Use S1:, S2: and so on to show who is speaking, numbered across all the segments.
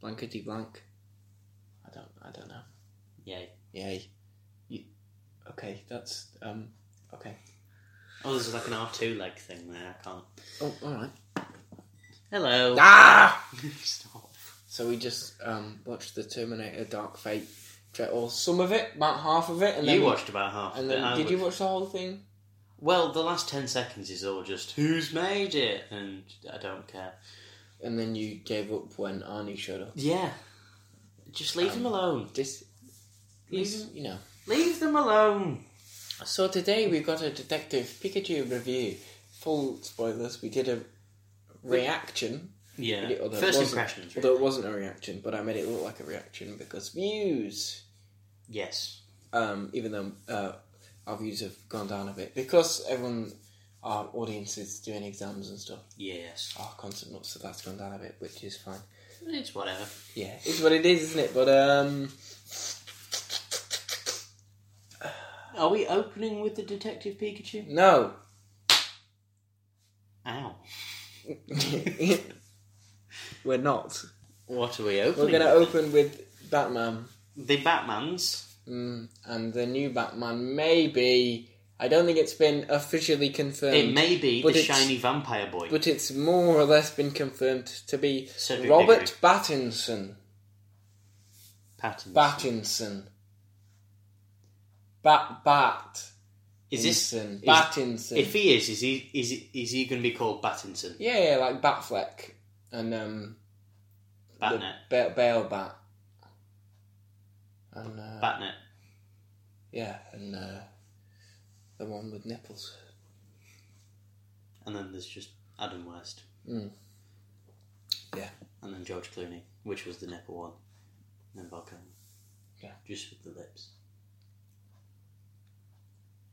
S1: Blankety blank.
S2: I don't. I don't know. Yay.
S1: Yay. You, okay, that's um. Okay.
S2: Oh, there's like an R two leg thing there. I can't.
S1: Oh, all right.
S2: Hello.
S1: Ah!
S2: Stop.
S1: So we just um watched the Terminator Dark Fate, tra- or some of it, about half of it, and then
S2: you
S1: we-
S2: watched about half.
S1: And
S2: of it,
S1: then
S2: I
S1: did you
S2: watched-
S1: watch the whole thing?
S2: Well, the last ten seconds is all just who's made it, and I don't care.
S1: And then you gave up when Arnie showed up.
S2: Yeah. Just leave
S1: Um,
S2: them alone.
S1: Just
S2: Leave
S1: you know.
S2: Leave them alone.
S1: So today we've got a Detective Pikachu review. Full spoilers. We did a reaction.
S2: Yeah.
S1: Although it
S2: First
S1: wasn't-
S2: impressions.
S1: Although
S2: Really.
S1: it wasn't a reaction, but I made it look like a reaction because views.
S2: Yes.
S1: Um, even though uh, our views have gone down a bit because everyone, our audience is doing exams and stuff.
S2: Yes.
S1: Our content not so that's gone down a bit, which is fine.
S2: It's whatever.
S1: Yeah, it's what it is, isn't it? But um,
S2: Are we opening with the Detective Pikachu?
S1: no.
S2: Ow.
S1: We're not.
S2: What are we opening?
S1: We're going to
S2: with?
S1: open with Batman
S2: the Batman's.
S1: mm, and the new Batman. Maybe I don't think it's been officially confirmed,
S2: It may be
S1: but
S2: the
S1: it's-
S2: shiny vampire boy.
S1: but it's more or less been confirmed to be
S2: Cedric
S1: Robert
S2: Diggory.
S1: Battinson.
S2: Pattinson.
S1: Battinson. Bat Bat.
S2: Is this
S1: Inson.
S2: is-
S1: Battinson?
S2: If he is, is he is he, is he going to be called Battinson?
S1: yeah, yeah, like Batfleck and um, the
S2: Batnet.
S1: Ba- Bale Bat. And uh,
S2: Batnet.
S1: Yeah, and uh, the one with nipples.
S2: And then there's just Adam West.
S1: Mm. Yeah.
S2: And then George Clooney, which was the nipple one. And then Bob Dylan.
S1: Yeah.
S2: Just with the lips.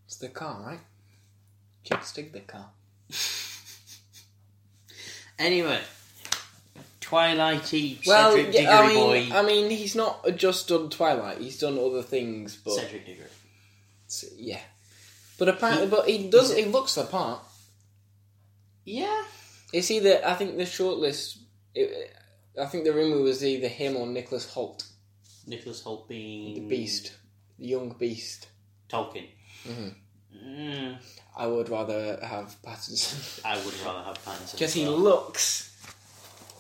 S1: It's the car, right? Chipstick the car.
S2: Anyway, Twilighty
S1: Well,
S2: Cedric Diggory
S1: yeah, I mean,
S2: boy.
S1: I mean, he's not just done Twilight. He's done other things, but
S2: Cedric Diggory.
S1: yeah. But apparently, but he does. He looks the part.
S2: Yeah.
S1: It's either I think the shortlist. It, I think the rumor was either him or Nicholas Holt,
S2: Nicholas Holt being
S1: the Beast, the young Beast.
S2: Tolkien.
S1: Mm-hmm.
S2: Mm,
S1: I would rather have Pattinson
S2: I would rather have Pattinson.
S1: because
S2: as
S1: he
S2: well.
S1: looks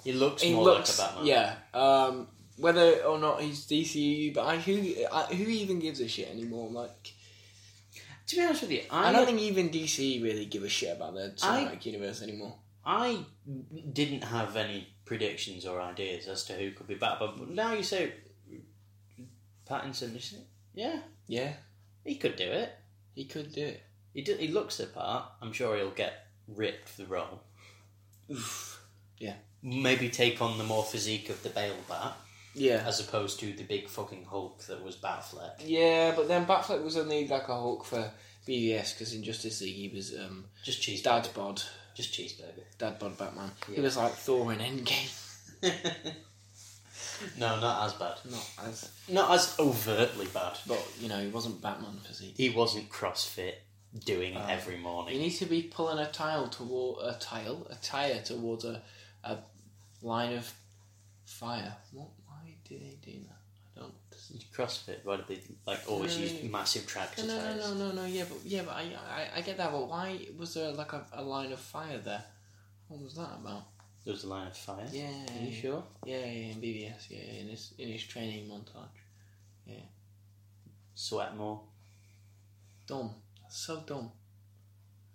S2: He looks
S1: he
S2: more
S1: looks,
S2: like a Batman.
S1: yeah. Um, whether or not he's DCU, but I, who I, who even gives a shit anymore? Like,
S2: To be honest with you, I,
S1: I don't think even DC really give a shit about their cinematic universe anymore.
S2: I didn't have any predictions or ideas as to who could be Batman. But now you say Pattinson, is it? Yeah,
S1: Yeah,
S2: he could do it.
S1: he could do it.
S2: He do, he looks the part. I'm sure he'll get ripped for the role.
S1: Yeah.
S2: Maybe take on the more physique of the Bale Bat
S1: Yeah,
S2: as opposed to the big fucking Hulk that was Batfleck.
S1: yeah. But then Batfleck was only like a Hulk for BVS because in Justice League he was um,
S2: Just cheeseburger.
S1: dad bod,
S2: Just cheeseburger.
S1: dad bod Batman. He
S2: Yeah.
S1: was like Thor in Endgame.
S2: no, not as bad.
S1: Not as,
S2: Not as overtly bad.
S1: but you know, he wasn't Batman physique.
S2: He wasn't CrossFit doing every morning.
S1: You need to be pulling a tile toward a tile, a tire towards a, a line of fire. What? Why do they do that? I don't. understand.
S2: CrossFit, why do they like always
S1: No.
S2: use massive tractor
S1: No, no,
S2: tires?
S1: no, no, no, no. Yeah, but yeah, but I, I, I get that. But why was there like a, a line of fire there? What was that about?
S2: There was a line of fire.
S1: Yeah,
S2: Are you sure?
S1: yeah, yeah, in BBS, yeah, yeah, in his in his training montage.
S2: Sweat more.
S1: Dumb, so dumb.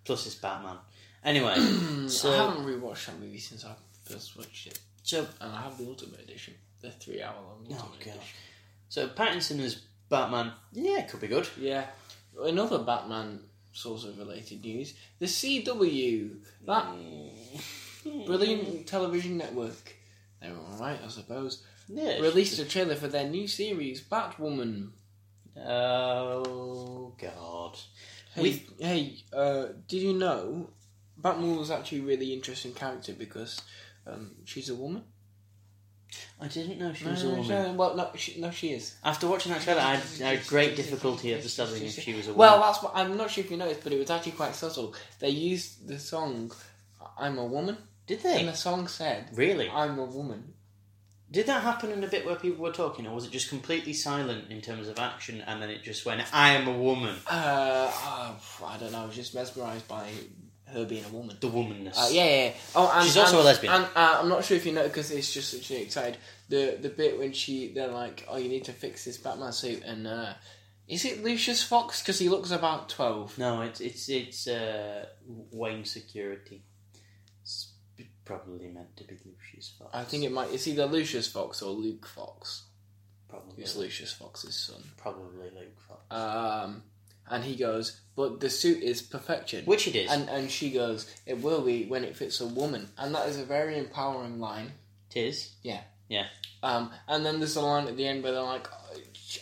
S2: Plus, it's Batman. Anyway,
S1: I
S2: so
S1: haven't rewatched that movie since I first watched it,
S2: so
S1: and I have the Ultimate Edition, the three hour long Ultimate
S2: Oh, God.
S1: Edition.
S2: so Pattinson as Batman. Yeah, it could be good.
S1: Yeah. Another Batman sort of related news. The CW, that brilliant television network, they were alright, I suppose,
S2: Yeah.
S1: released a trailer for their new series, Batwoman.
S2: Oh God.
S1: Hey, hey uh, did you know Batwoman was actually a really interesting character because um, she's a woman?
S2: I didn't know she was a woman.
S1: No, well, no, she, no, she is.
S2: After watching that trailer, I had, I had great difficulty of discovering if she was a woman.
S1: Well, that's what I'm not sure if you noticed, but it was actually quite subtle. They used the song "I'm a Woman,"
S2: did
S1: and
S2: they
S1: the song said
S2: really?
S1: I'm a woman.
S2: Did that happen in a bit where people were talking, or was it just completely silent in terms of action, and then it just went, "I am a woman,"
S1: Uh, oh, I don't know. I was just mesmerised by her being a woman.
S2: the womanness?
S1: Uh, yeah, yeah, yeah. Oh, and,
S2: She's also
S1: and-
S2: a lesbian.
S1: And uh, I'm not sure if you know because it's just such an excited the the bit when she they're like, oh, you need to fix this Batman suit, and uh, is it Lucius Fox because he looks about twelve?
S2: No, it's it's it's uh, Wayne Security. It's b- probably meant to be Lucius Fox.
S1: I think it might. It's either Lucius Fox or Luke Fox.
S2: probably
S1: It's Lucius Fox's son.
S2: probably Luke Fox,
S1: Um, and he goes, but the suit is perfection.
S2: which it is.
S1: and and she goes, it will be when it fits a woman, and that is a very empowering line.
S2: it is.
S1: Um, and then there's a line at the end where they're like,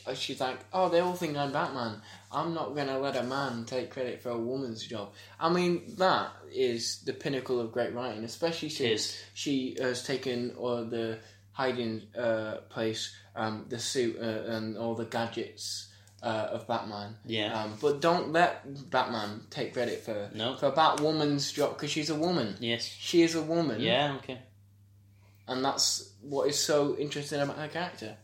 S1: oh, she's like, oh, they all think I'm Batman. I'm not going to let a man take credit for a woman's job. I mean, that is the pinnacle of great writing, especially
S2: It
S1: since
S2: is.
S1: she has taken all the hiding uh, place, um, the suit, uh, and all the gadgets uh, of Batman.
S2: Yeah.
S1: Um, but don't let Batman take credit for
S2: No.
S1: for Batwoman's job because she's a woman.
S2: Yes.
S1: She is a woman
S2: Yeah. Okay.
S1: and that's what is so interesting about her character.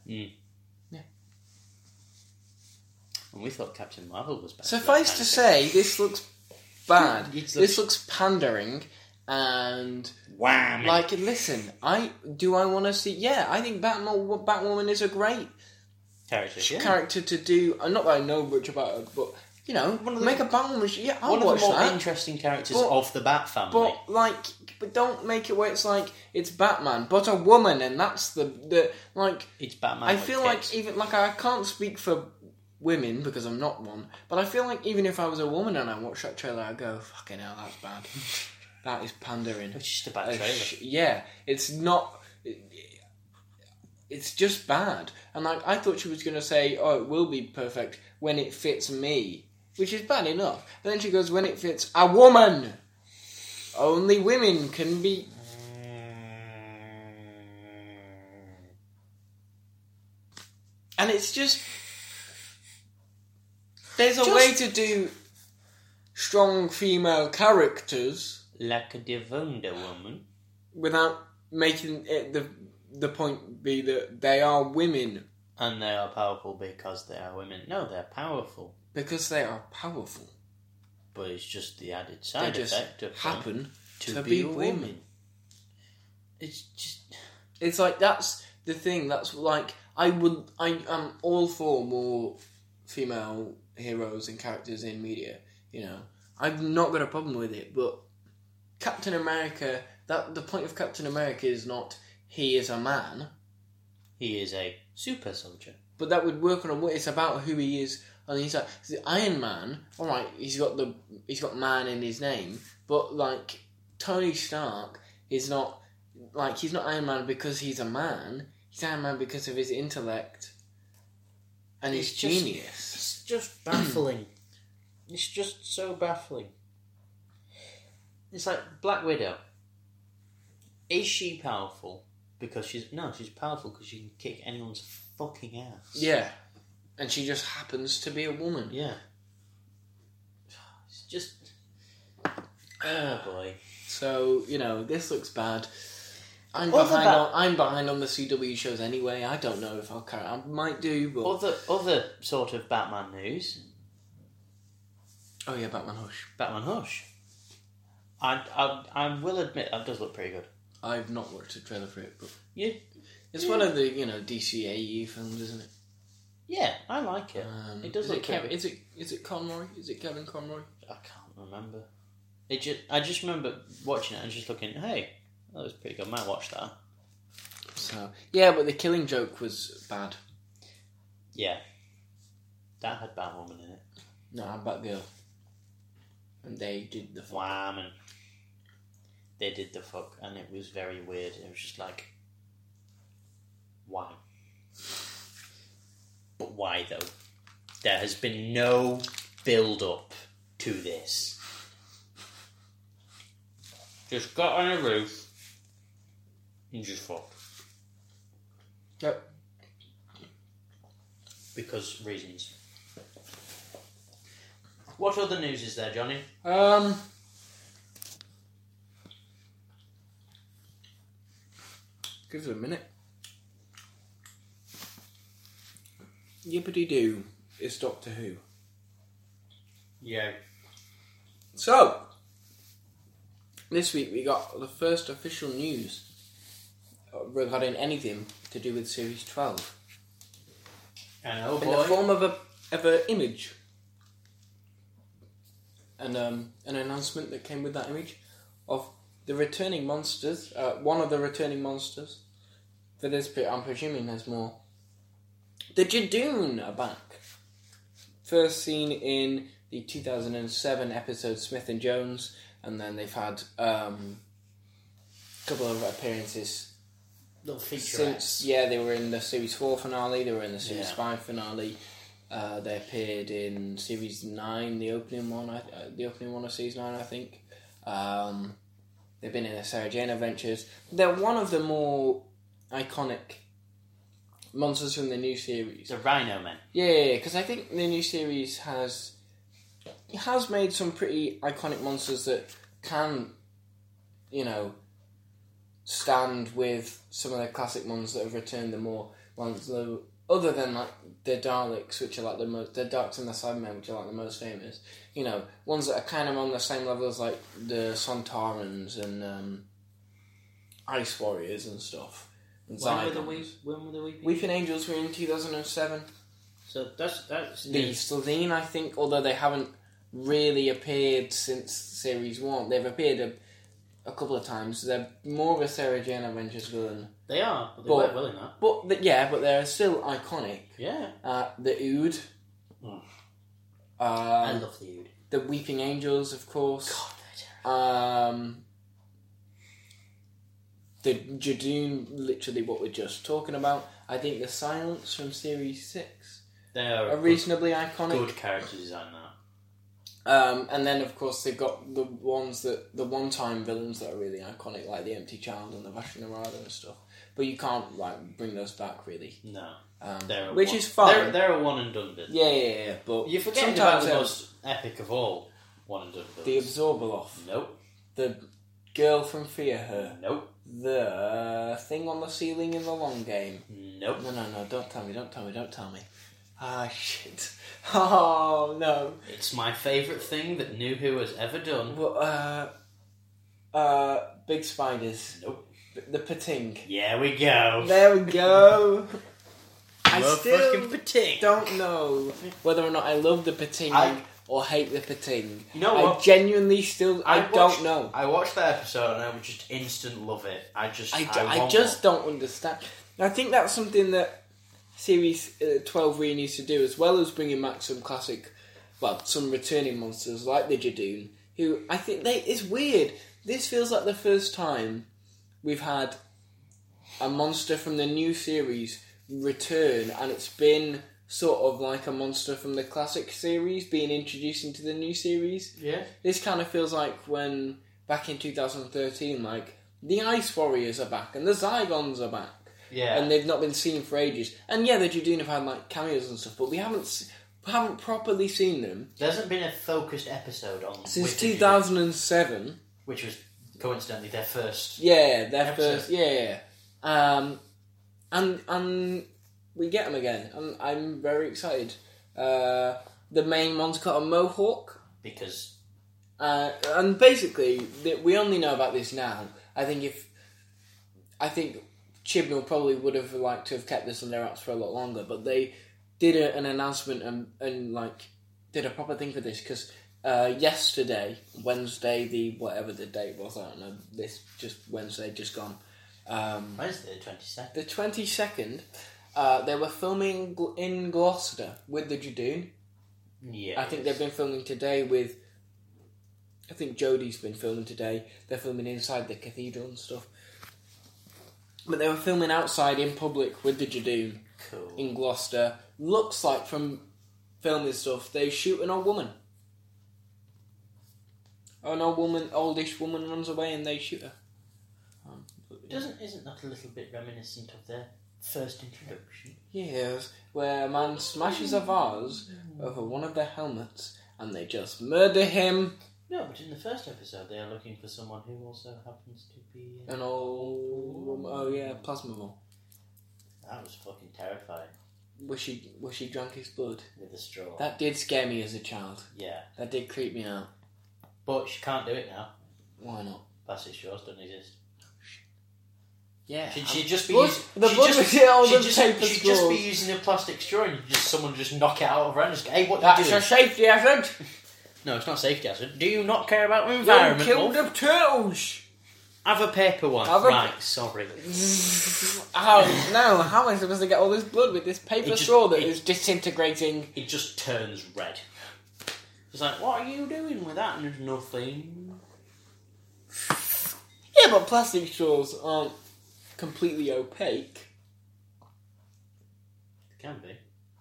S2: And we thought Captain Marvel was bad.
S1: Suffice to say, this looks bad.
S2: It's
S1: this looks pandering, and
S2: wham! Like
S1: like, listen, I do I want to see? Yeah, I think Batman, Batwoman is a great
S2: characters. Yeah.
S1: character to do. uh, Not that I know much about her, but you know,
S2: One of the-
S1: make a Batwoman. sh- Yeah, I'll
S2: One of
S1: watch
S2: the more
S1: that.
S2: interesting characters
S1: But-
S2: of the Bat family.
S1: But like, but don't make it where it's like it's Batman, but a woman, and that's the the like.
S2: it's Batman.
S1: I
S2: with
S1: feel
S2: tits.
S1: like even like I can't speak for women because I'm not one, but I feel like even if I was a woman and I watched that trailer, I go, "Fucking hell, that's bad. that is pandering."
S2: it's just a bad
S1: Uh,
S2: trailer.
S1: sh- yeah, it's not. It's just bad, and like I thought she was gonna say, "Oh, it will be perfect when it fits me," which is bad enough. But then she goes, "When it fits a woman." Only women can be. And it's just. There's a
S2: Just-
S1: way to do strong female characters
S2: like a Devonda woman.
S1: without making it the the point be that they are women
S2: And they are powerful because they are women. No, they're powerful.
S1: because they are powerful.
S2: But it's just the added
S1: They
S2: side
S1: just
S2: effect of them
S1: happen
S2: to,
S1: to
S2: be,
S1: be
S2: women.
S1: women.
S2: It's just
S1: It's like that's the thing. That's like I would. I am all for more female heroes and characters in media. You know, I've not got a problem with it. But Captain America. That the point of Captain America is not he is a man,
S2: he is a super soldier.
S1: but that would work on a what it's about who he is on the inside. So the Iron Man. All right, he's got the he's got man in his name, but like Tony Stark is not like he's not Iron Man because he's a man. He's Iron Man because of his intellect and his
S2: It's just-
S1: genius.
S2: It's just baffling. it's just so baffling. It's like Black Widow. Is she powerful? Because she's no, she's powerful because she can kick anyone's fucking ass.
S1: Yeah, and she just happens to be a woman.
S2: Yeah. It's just. Oh boy.
S1: Uh, So you know this looks bad. I'm
S2: Other
S1: behind.
S2: ba-
S1: on, I'm behind on the CW shows anyway. I don't know if I'll carry. I might do, but
S2: Other other sort of Batman news.
S1: oh yeah, Batman Hush.
S2: Batman Hush. I I, I will admit that does look pretty good.
S1: I've not watched a trailer for it, but
S2: Yeah.
S1: It's one of the you know DCAU films, isn't it?
S2: Yeah, I like it.
S1: Um,
S2: it does
S1: is
S2: look
S1: it Kev-
S2: pretty
S1: Is it is it Conroy? Is it Kevin Conroy?
S2: I can't remember. It just I just remember watching it and just looking, hey, that was pretty good. Might watch that.
S1: So yeah, but the Killing Joke was bad.
S2: Yeah, that had Batwoman in it.
S1: No, I'm Batgirl, and they did the fuck.
S2: Wham and they did the fuck, and it was very weird. It was just like, why? But why though? There has been no build up to this. Just got on a roof and just fucked.
S1: Yep.
S2: because reasons. What other news is there, Johnny?
S1: Um. Give it a minute. Yippity doo is Doctor Who.
S2: Yeah.
S1: So, this week we got the first official news regarding anything to do with Series 12
S2: And oh
S1: in the
S2: boy,
S1: form of a of an image. And um, an announcement that came with that image of the returning monsters, uh, one of the returning monsters. For this bit, I'm presuming there's more. The Jadoon are back. First seen in the 2007 episode Smith and Jones, and then they've had um, a couple of appearances
S2: little
S1: since
S2: featurettes.
S1: yeah they were in the series four finale they were in the series
S2: Yeah.
S1: five finale uh, they appeared in series nine the opening one I, uh, the opening one of season nine I think um, they've been in the Sarah Jane Adventures they're one of the more iconic monsters from the new series
S2: The Rhino Man.
S1: yeah because I think the new series has it has made some pretty iconic monsters that can you know stand with some of the classic ones that have returned the more ones though other than like the Daleks which are like the most the Darks and the Cybermen which are like the most famous you know ones that are kind of on the same level as like the Santarans and um, Ice Warriors and stuff and
S2: When were the
S1: Zygons.
S2: we? When were the weeping?
S1: Weeping Angels were in 2007
S2: So that's that's
S1: the
S2: news.
S1: Slovene, I think, although they haven't really appeared since series one. They've appeared a, a couple of times. They're more of a Sarah Jane Adventures villain,
S2: They are, but they
S1: But-
S2: weren't well in that.
S1: but th- yeah, but they're still iconic.
S2: Yeah.
S1: Uh, the Ood,
S2: Mm. I
S1: um,
S2: love the Ood.
S1: the Weeping Angels, of course.
S2: God, they're terrible.
S1: Um, the Jadoon, literally what we're just talking about. I think the Silence from series six
S2: They are
S1: are
S2: a good,
S1: reasonably iconic.
S2: good character design now.
S1: Um, and then, of course, they've got the ones that the one-time villains that are really iconic, like the Empty Child and the Vashnarada and stuff. But you can't like bring those back really,
S2: No,
S1: um,
S2: they're a
S1: which
S2: one.
S1: is fine.
S2: They're, they're a one and done. bit.
S1: yeah, yeah, yeah. But
S2: You forget about
S1: sometimes
S2: the
S1: they're-
S2: most epic of all one and done.
S1: the
S2: villains.
S1: Absorbaloff,
S2: Nope.
S1: the girl from Fear Her,
S2: Nope.
S1: the thing on the ceiling in the long game.
S2: Nope.
S1: No, no, no! Don't tell me! Don't tell me! Don't tell me! Ah, shit! Oh no!
S2: It's my favourite thing that New Who has ever done.
S1: But uh, uh, big spiders,
S2: Nope.
S1: the Pating.
S2: Yeah, we go.
S1: There we go. I
S2: We're
S1: still
S2: fucking petite.
S1: don't know whether or not I love the pating
S2: I-
S1: or hate the pating.
S2: You know
S1: I
S2: what?
S1: genuinely still I,
S2: watched-
S1: don't know.
S2: I watched that episode and I would just instant love it. I just,
S1: I,
S2: I,
S1: d- I
S2: want
S1: just don't understand. And I think that's something that series uh, twelve really needs to do, as well as bringing back some classic, well, some returning monsters like the Jadoon. Who I think they it's weird. This feels like the first time we've had a monster from the new series return, and it's been sort of like a monster from the classic series being introduced into the new series
S2: one. Yeah.
S1: this kind of feels like when back in 2013, like the Ice Warriors are back and the Zygons are back,
S2: Yeah.
S1: and they've not been seen for ages. And yeah, the Judean have had like cameos and stuff, but we haven't s- haven't properly seen them
S2: there hasn't been a focused episode on
S1: since
S2: Wicked,
S1: 2007.
S2: which was coincidentally their first.
S1: Yeah, their
S2: Episode.
S1: first. Yeah, yeah. Um, and and we get them again. I'm I'm very excited. Uh, the main one's got a mohawk.
S2: Because
S1: Uh, and basically, th- we only know about this now. I think if I think Chibnall probably would have liked to have kept this on their apps for a lot longer, but they did a, an announcement and, and like did a proper thing for this because uh, yesterday, Wednesday, the whatever the date was, I don't know. This just Wednesday, just gone. Um,
S2: Wednesday the twenty second.
S1: the twenty second, uh, they were filming gl- in Gloucester with the Jadoon.
S2: Yeah.
S1: I think they've been filming today with. I think Jodie's been filming today. They're filming inside the cathedral and stuff. But they were filming outside in public with the Jadoon
S2: cool.
S1: in Gloucester. Looks like from filming stuff, they shoot an old woman. An old woman, oldish woman runs away and they shoot her. Um,
S2: Doesn't isn't that a little bit reminiscent of their first introduction?
S1: Yes, where a man smashes a vase over one of their helmets and they just murder him.
S2: No, but in the first episode they are looking for someone who also happens to be. uh,
S1: An old. Oh, yeah, Plasma Ball.
S2: that was fucking terrifying.
S1: wish he wish he drank his blood.
S2: with a straw.
S1: That did scare me as a child.
S2: yeah,
S1: That did creep me out.
S2: but she can't do it now.
S1: Why not?
S2: Plastic straws don't exist.
S1: Yeah.
S2: She'd,
S1: I'm-
S2: she'd just be
S1: Blood-
S2: using,
S1: the
S2: she'd
S1: blood
S2: just,
S1: was in all
S2: she'd
S1: the
S2: just,
S1: paper
S2: she'd just be
S1: straws.
S2: using a plastic straw and just someone just knock it out of her and just go, hey, what you
S1: That's
S2: doing?
S1: a safety hazard.
S2: no, it's not safety hazard. Do you not care about
S1: You
S2: environment?
S1: killed
S2: love?
S1: the turtles.
S2: Have a paper one.
S1: Have a-
S2: Right, sorry.
S1: How no? How am I supposed to get all this blood with this paper
S2: It just-
S1: straw that
S2: it-
S1: is disintegrating?
S2: It just turns red. It's like, what are you doing with that? And nothing.
S1: Yeah, but plastic straws aren't completely opaque.
S2: Can be.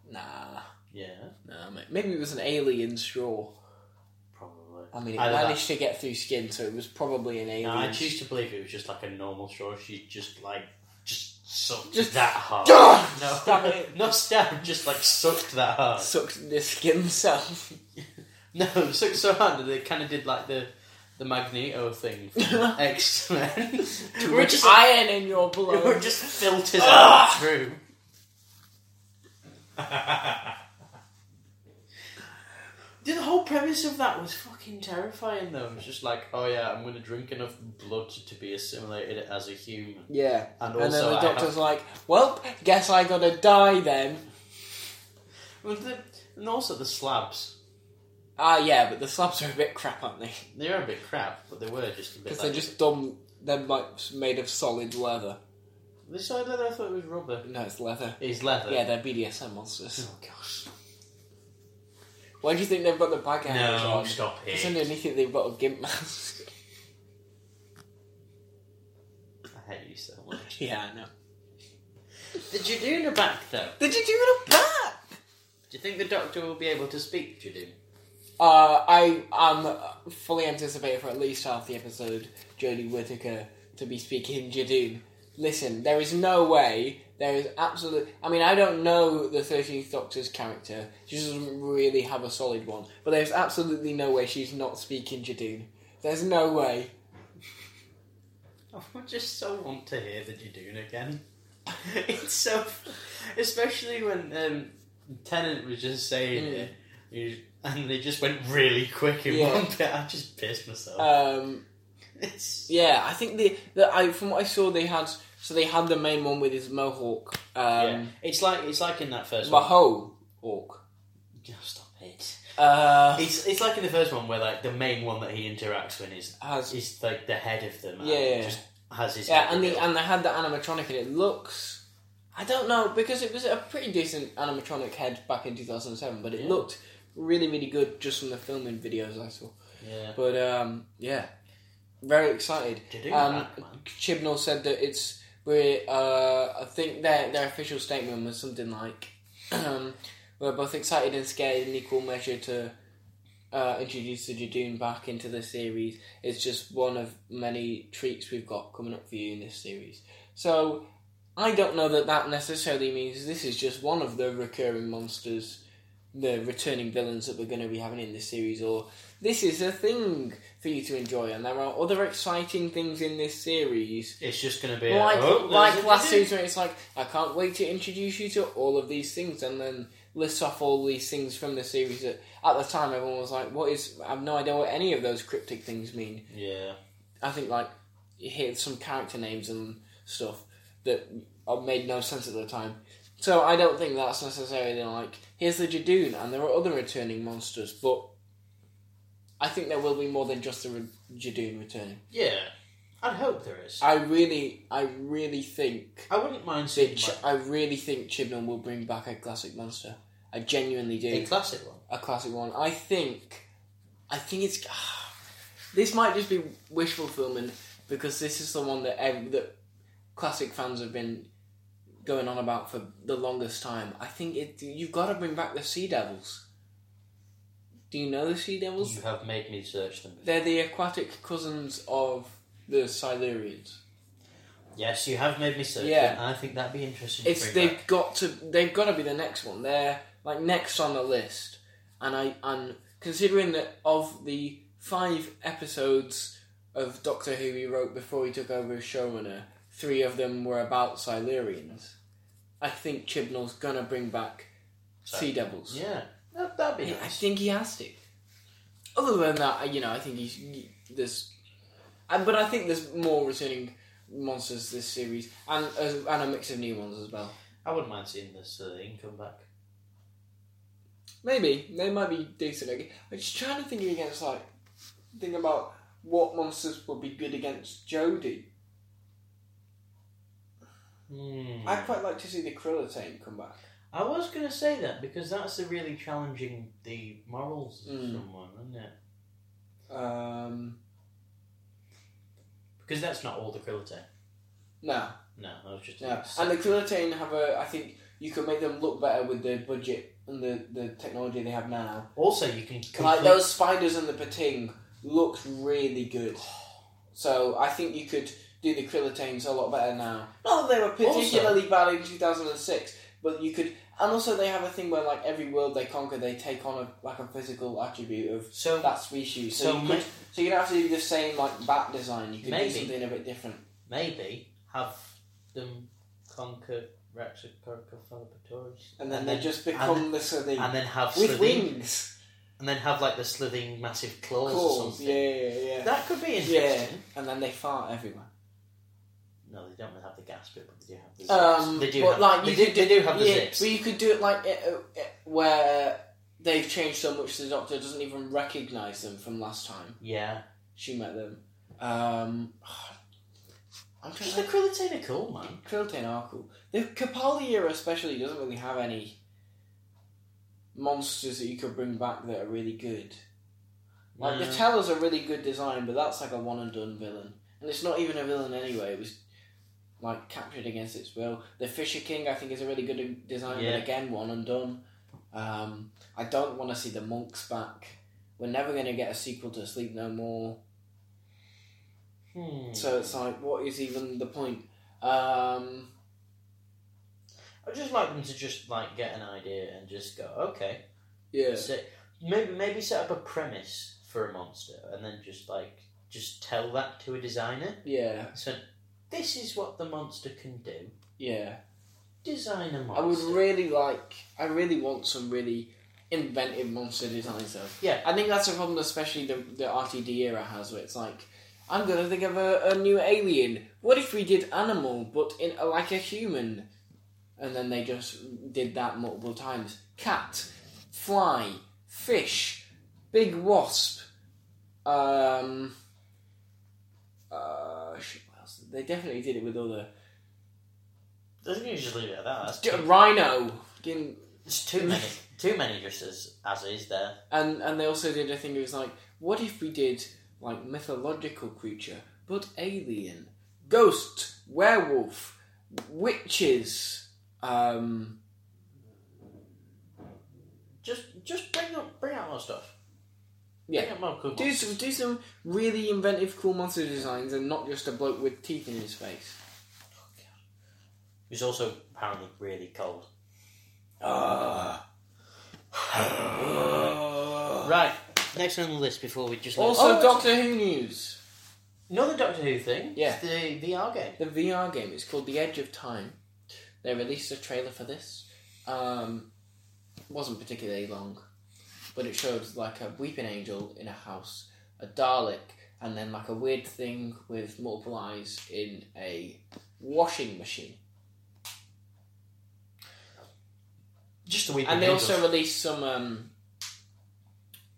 S1: Nah,
S2: Yeah,
S1: nah, mate. Maybe it was an alien straw.
S2: probably.
S1: I mean, it
S2: Either that-
S1: managed to get through skin, so it was probably an alien.
S2: No, I choose to believe it was just like a normal straw. She just like just sucked
S1: Just-
S2: that hard.
S1: Ah!
S2: No,
S1: Stab it.
S2: not stab. Just like sucked that hard.
S1: Sucked the skin self.
S2: No, sucked so hard that they kind of did like the the Magneto thing from X Men. We're
S1: Which
S2: just
S1: iron in your blood.
S2: we're just filters
S1: Ah!
S2: out through. Dude, the whole premise of that was fucking terrifying, though. It was just like, oh yeah, I'm gonna drink enough blood to be assimilated as a human.
S1: Yeah.
S2: And
S1: And then
S2: also,
S1: the
S2: I
S1: doctor's
S2: have-
S1: like, "Well, guess I gotta die then."
S2: Well, the- and also the slabs.
S1: Ah, yeah, but the slabs are a bit crap, aren't they?
S2: They were a bit crap, but they were just a bit.
S1: Because
S2: Like,
S1: they're just dumb. They're like made of solid leather.
S2: They saw leather. I thought it was rubber.
S1: No, it's leather.
S2: It's leather.
S1: Yeah, they're BDSM monsters.
S2: Oh gosh.
S1: Why do you think they've got the bag handles
S2: No,
S1: on?
S2: stop
S1: It's
S2: it.
S1: underneath it they've got a gimp mask.
S2: I hate you so much.
S1: yeah, I know.
S2: The Jadoon are back though.
S1: Did you do it on that?
S2: Do you think the Doctor will be able to speak Jadoon?
S1: Uh, I am fully anticipating for at least half the episode Jodie Whittaker to be speaking Jadoon. Listen, there is no way. There is absolute. I mean, I don't know the Thirteenth Doctor's character. She doesn't really have a solid one. But there's absolutely no way she's not speaking Jadoon. There's no way.
S2: Oh, I would just so want to hear the Jadoon again. it's so, especially when um, Tennant was just saying
S1: Mm.
S2: it, he was- and they just went really quick in
S1: Yeah.
S2: one bit. I just pissed myself.
S1: Um,
S2: it's
S1: Yeah, I think the the I from what I saw they had so they had the main one with his mohawk,
S2: yeah.
S1: um,
S2: it's like it's like in that first one.
S1: maho hawk.
S2: Oh, stop it.
S1: Uh,
S2: It's it's like in the first one where like the main one that he interacts with is
S1: has
S2: is like the head of them. and
S1: Yeah, yeah,
S2: just has his
S1: yeah,
S2: head
S1: and the
S2: revealed.
S1: and they had the animatronic and it looks. I don't know because it was a pretty decent animatronic head back in two thousand seven, but it
S2: Yeah.
S1: looked really really good just from the filming videos I saw.
S2: yeah.
S1: But um, yeah, very excited.
S2: Jadoon
S1: Um,
S2: back, man.
S1: Chibnall said that it's we. Uh, I think their their official statement was something like, um, "We're both excited and scared in equal measure to uh, introduce the Jadoon back into the series. It's just one of many treats we've got coming up for you in this series." So. I don't know that that necessarily means this is just one of the recurring monsters, the returning villains that we're going to be having in this series, or this is a thing for you to enjoy, and there are other exciting things in this series
S2: It's just going to be
S1: like
S2: a, oh,
S1: like
S2: there's a
S1: last
S2: Jadoon.
S1: season, it's like I can't wait to introduce you to all of these things, and then lists off all these things from the series that at the time everyone was like, "What is?" I have no idea what any of those cryptic things mean.
S2: Yeah.
S1: I think like you hear some character names and stuff that uh, made no sense at the time. So I don't think that's necessarily like here's the Jadoon, and there are other returning monsters, but I think there will be more than just the re- Jadoon returning.
S2: Yeah. I'd hope there is.
S1: I really, I really think
S2: I wouldn't mind
S1: So
S2: seeing
S1: Ch- I really think Chibnall will bring back a classic monster. I genuinely do.
S2: a classic one.
S1: a classic one. I think. I think it's. this might just be wish fulfillment because this is the one that ev- that classic fans have been going on about for the longest time. I think it. You've got to bring back the Sea Devils. Do you know the Sea Devils?
S2: You have made me search them.
S1: They're the aquatic cousins of the Silurians.
S2: Yes, you have made me search
S1: Yeah.
S2: them. and I think that'd be interesting. to
S1: It's
S2: bring
S1: they've
S2: back.
S1: got to they've got to be the next one. They're like next on the list, and I and considering that of the five episodes of Doctor Who he wrote before he took over as showrunner, three of them were about Silurians. I think Chibnall's gonna bring back
S2: So-
S1: Sea Devils.
S2: Yeah, that, that'd be
S1: I
S2: nice.
S1: think he has to. Other than that, I- you know, I think he's he- there's, I, but I think there's more returning monsters this series, and as and a mix of new ones as well.
S2: I wouldn't mind seeing this uh, thing come back.
S1: Maybe they might be decent. Like, I'm just trying to think against like think about what monsters would be good against Jodie.
S2: Hmm.
S1: I'd quite like to see the Krilla team come back.
S2: I was going to say that because that's the really challenging the morals of
S1: Mm.
S2: someone, isn't it?
S1: Um,
S2: Because that's not all the Krillite.
S1: no,
S2: No, I was just.
S1: no. And the Krillitane have a. I think you could make them look better with the budget and the, the technology they have now.
S2: also, you can
S1: Like
S2: complete-
S1: those spiders and the Pating looked really good. So I think you could do the Krillitanes a lot better now. Not that they were particularly bad in two thousand and six, but you could. And also, they have a thing where like every world they conquer, they take on a like a physical attribute of
S2: So
S1: that species. So,
S2: So
S1: you
S2: ma-
S1: could, so you don't have to do the same like bat design. You could
S2: Maybe.
S1: do something a bit different.
S2: maybe have them conquer Raxacorcophalopatoris,
S1: And then they just become the so they
S2: and then have
S1: with
S2: slithing,
S1: wings,
S2: and then have like the slithing massive claws, or
S1: claws.
S2: something.
S1: Yeah, yeah, yeah.
S2: That could be interesting.
S1: yeah, and then they fart everywhere.
S2: No, they don't have the gas bit, but they do have the zips.
S1: Um,
S2: they do
S1: but
S2: have,
S1: like
S2: they,
S1: you
S2: do,
S1: could
S2: they do have the
S1: yeah,
S2: zips.
S1: But you could do it like uh, uh, where they've changed so much the Doctor doesn't even recognise them from last time
S2: yeah.
S1: she met them. Um, I'm trying
S2: Just
S1: to
S2: the Krillitane are cool, man.
S1: Krillitane are cool. The Capaldi era especially doesn't really have any monsters that you could bring back that are really good. Like the
S2: No.
S1: Teller's a really good design, but that's like a one and done villain, and it's not even a villain anyway. It was like captured against its will. The Fisher King, I think, is a really good design,
S2: Yeah.
S1: but again, one and done. Um, I don't want to see the monks back. We're never going to get a sequel to Sleep No More.
S2: Hmm.
S1: So it's like, what is even the point? Um,
S2: I'd just like them to just like get an idea and just go, okay,
S1: yeah.
S2: so maybe maybe set up a premise for a monster and then just like just tell that to a designer.
S1: Yeah,
S2: So this is what the monster can do.
S1: yeah.
S2: Design a
S1: I would
S2: monster.
S1: really like. I really want some really inventive monster designs, though.
S2: Yeah.
S1: I think that's a problem, especially the the RTD era has, where it's like, I'm gonna think of a, a new alien. What if we did animal, but in like a human? And then they just did that multiple times. Cat, fly, fish, big wasp. Um. Uh, shit, what else? They definitely did it with other
S2: I think you just leave it at that. That's
S1: D-
S2: too,
S1: Rhino. Didn't
S2: it's too many, too many just as, as is there.
S1: and and they also did a thing that was like, what if we did like mythological creature but alien, ghost, werewolf, witches, um,
S2: Just just bring up bring out more stuff. Bring
S1: yeah.
S2: out more cool
S1: Do
S2: monsters.
S1: some do some really inventive, cool monster designs, and not just a bloke with teeth in his face.
S2: It's also apparently really cold. Ah. Right, next on the list before we just leave-
S1: Also,
S2: Oh,
S1: Doctor Who news.
S2: Another Doctor Who thing.
S1: Yeah.
S2: It's the VR game.
S1: The VR game. It's called The Edge of Time. They released a trailer for this. Um, wasn't particularly long, but it showed like a weeping angel in a house, a Dalek, and then like a weird thing with multiple eyes in a washing machine.
S2: Just a week.
S1: And they also released some um,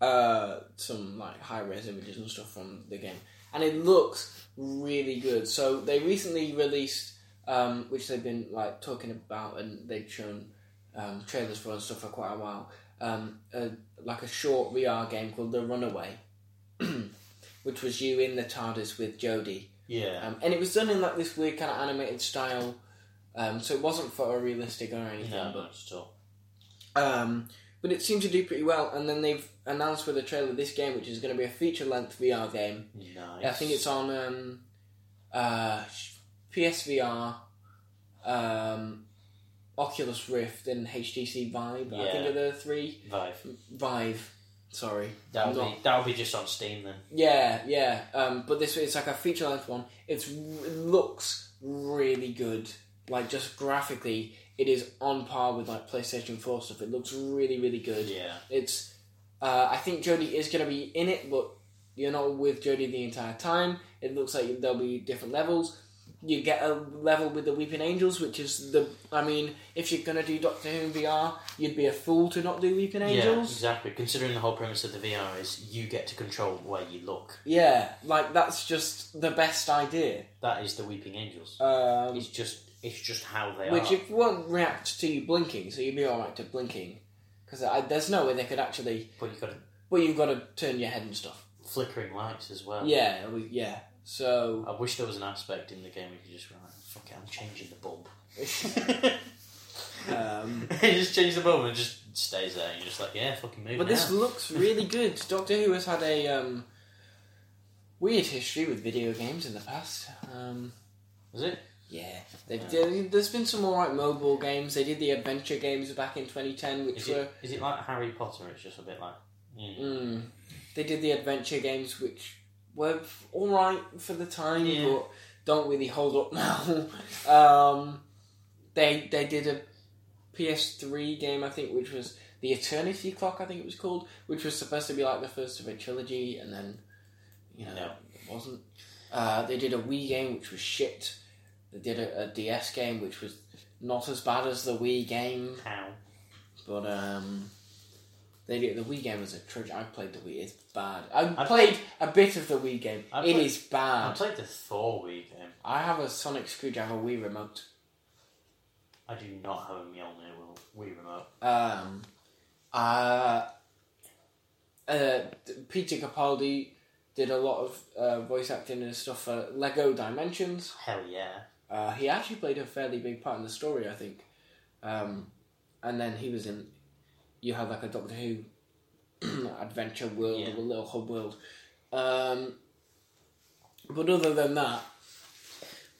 S1: uh, some like high res images and stuff from the game, and it looks really good. So they recently released, um, which they've been like talking about, and they've shown um, trailers for and stuff for quite a while. Um, a, like a short VR game called The Runaway, which was you in the TARDIS with Jodie,
S2: Yeah.
S1: um, and it was done in like this weird kind of animated style. Um, so it wasn't photorealistic or anything,
S2: No,
S1: but
S2: not at all.
S1: um, but it seemed to do pretty well, and then they've announced with a trailer this game, which is going to be a feature length VR game.
S2: Nice.
S1: I think it's on um, uh, PSVR, um, Oculus Rift, and HTC Vive. I think
S2: Yeah.
S1: are the three.
S2: Vive.
S1: Vive, sorry.
S2: That'll
S1: Not-
S2: be that'll be just on Steam then.
S1: Yeah, yeah. Um, but this it's like a feature length one. It's it looks really good. like just graphically, it is on par with like PlayStation Four stuff. It looks really, really good.
S2: Yeah.
S1: It's. Uh, I think Jodie is going to be in it, but you're not with Jodie the entire time. It looks like there'll be different levels. You get a level with the Weeping Angels, which is the. I mean, if you're going to do Doctor Who in VR, you'd be a fool to not do Weeping
S2: Yeah,
S1: Angels.
S2: exactly. Considering the whole premise of the VR is you get to control where you look.
S1: Yeah, like that's just the best idea.
S2: That is the Weeping Angels.
S1: Um,
S2: It's just it's just how they
S1: which
S2: are.
S1: it won't react to you blinking, so you'd be alright to blinking. Because there's no way they could actually.
S2: But you've got
S1: Well, you've got to turn your head and stuff.
S2: flickering lights as well.
S1: Yeah, we- yeah. So
S2: I wish there was an aspect in the game where you could just write, fuck it, I'm changing the bulb.
S1: Um,
S2: you just change the bulb and it just stays there. You're just like, yeah, fucking move
S1: but
S2: it
S1: this
S2: now.
S1: looks really good. Doctor Who has had a um, weird history with video games in the past. Um,
S2: Is it?
S1: yeah, they've, there- there's been some alright mobile games. They did the adventure games back in 2010, which
S2: Is
S1: were
S2: it, is it like Harry Potter? It's just a bit like. mm.
S1: mm, they did the adventure games, which were f- alright for the time,
S2: Yeah.
S1: but don't really hold up now. um, they they did a PS3 game, I think, which was the Eternity Clock, I think it was called, which was supposed to be like the first of a trilogy, and then you know
S2: No.
S1: it wasn't. Uh, they did a Wii game, which was shit. They did a, a DS game, which was not as bad as the Wii game.
S2: How?
S1: But um, they did, the Wii game was a trudge. I played the Wii. It's bad. I,
S2: I-
S1: played a bit of the Wii game.
S2: I
S1: it
S2: played-
S1: is
S2: I
S1: bad.
S2: played the Thor Wii game.
S1: I have a Sonic Screwdriver Wii remote.
S2: I do not have a Mjolnir will- Wii remote.
S1: Um, uh, uh, Peter Capaldi did a lot of uh, voice acting and stuff for Lego Dimensions.
S2: Hell yeah.
S1: Uh, he actually played a fairly big part in the story, I think. Um, and then he was in. You had like a Doctor Who adventure world,
S2: Yeah.
S1: a little hub world. Um, but other than that,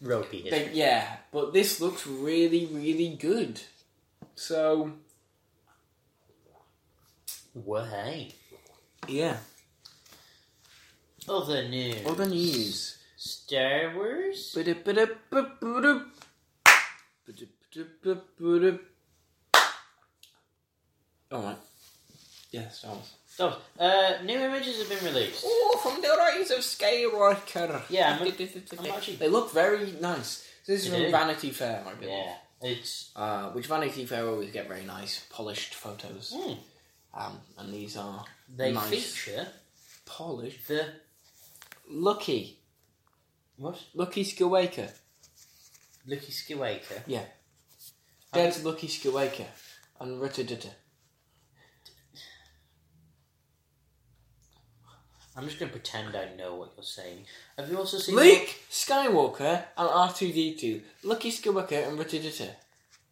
S2: Ropey
S1: they, yeah. But this looks really, really good. So
S2: Way.
S1: yeah.
S2: Other news.
S1: Other news.
S2: Star Wars?
S1: All right. Yes, that was.
S2: Oh, uh, new images have been released.
S1: Oh, from the rise of Skywalker.
S2: Yeah, I'm- I'm actually-
S1: they look very nice. So this is
S2: They
S1: from
S2: do.
S1: Vanity Fair, I believe.
S2: Yeah. It's.
S1: Uh, which Vanity Fair always get very nice, polished photos.
S2: Hmm.
S1: Um, and these are
S2: They
S1: Nice.
S2: feature
S1: polished.
S2: the.
S1: Lucky,
S2: What?
S1: Lucky Skawaker,
S2: Lucky Skiwaker.
S1: dead Lucky Skawaker, and Rutadutta.
S2: I'm just going to pretend I know what you're saying. Have you also seen.
S1: Luke Skywalker and R two D two, Lucky Skawaker and Rutadutta.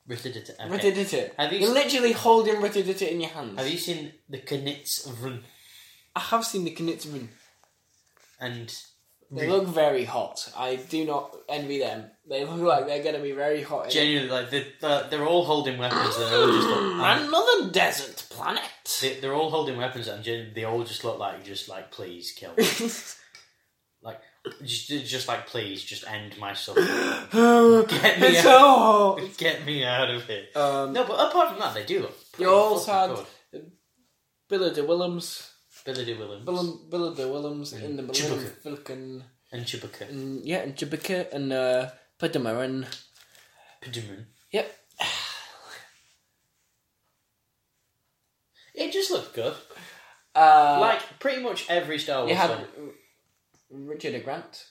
S2: Ritidita. Okay.
S1: Rutadutta.
S2: Have you
S1: You're
S2: s-
S1: literally holding Rutadutta in your hands.
S2: Have you seen the Knits of Run?
S1: I have seen the Knitzman.
S2: And.
S1: They look very hot. I do not envy them. They look like they're going to be very hot. in-
S2: Genuinely, like, they're, they're, they're all holding weapons and they're all just like. I'm-
S1: Mm, Another desert planet.
S2: they, they're all holding weapons and gen- they all just look like, just like, please kill me. like, just, just like, please, just end my suffering. Get me
S1: it's so hot.
S2: Get me out of here.
S1: Um,
S2: No, but apart from that, they do look. pretty
S1: You also
S2: fucking
S1: had-
S2: good.
S1: Billa de Willems.
S2: Billy Dee Williams
S1: Billa, Billa de Willems in the Berlin
S2: Chewbacca.
S1: Falcon.
S2: and Chewbacca.
S1: And, yeah, and Chewbacca and uh, Padma and...
S2: Pidgeman.
S1: Yep.
S2: It just looked good.
S1: Uh,
S2: like pretty much every Star Wars
S1: you had
S2: film.
S1: Richard A. Grant.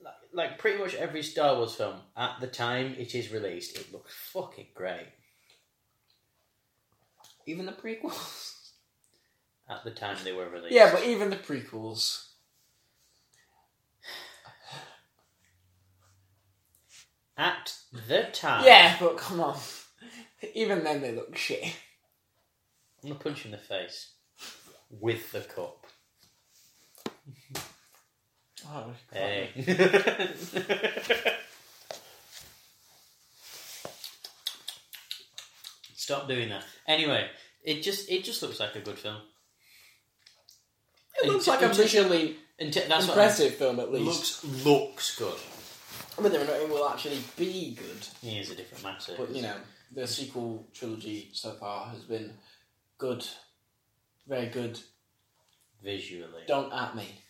S2: Like, like pretty much every Star Wars film at the time it is released, it looks fucking great.
S1: Even the prequels.
S2: At the time they were released.
S1: yeah, but even the prequels.
S2: at the time.
S1: Yeah, but come on. Even then they look shit.
S2: I'm gonna punch you in the face with the cup.
S1: Oh,
S2: Hey. Stop doing that. Anyway, it just it just looks like a good film.
S1: It looks
S2: It-
S1: like a
S2: it-
S1: visually
S2: And t- that's what I-
S1: impressive film, at least.
S2: looks looks good.
S1: I mean, they're not, it will actually be good,
S2: He is a different matter.
S1: but you know, the sequel trilogy so far has been good, very good.
S2: visually,
S1: Don't Oh! at me.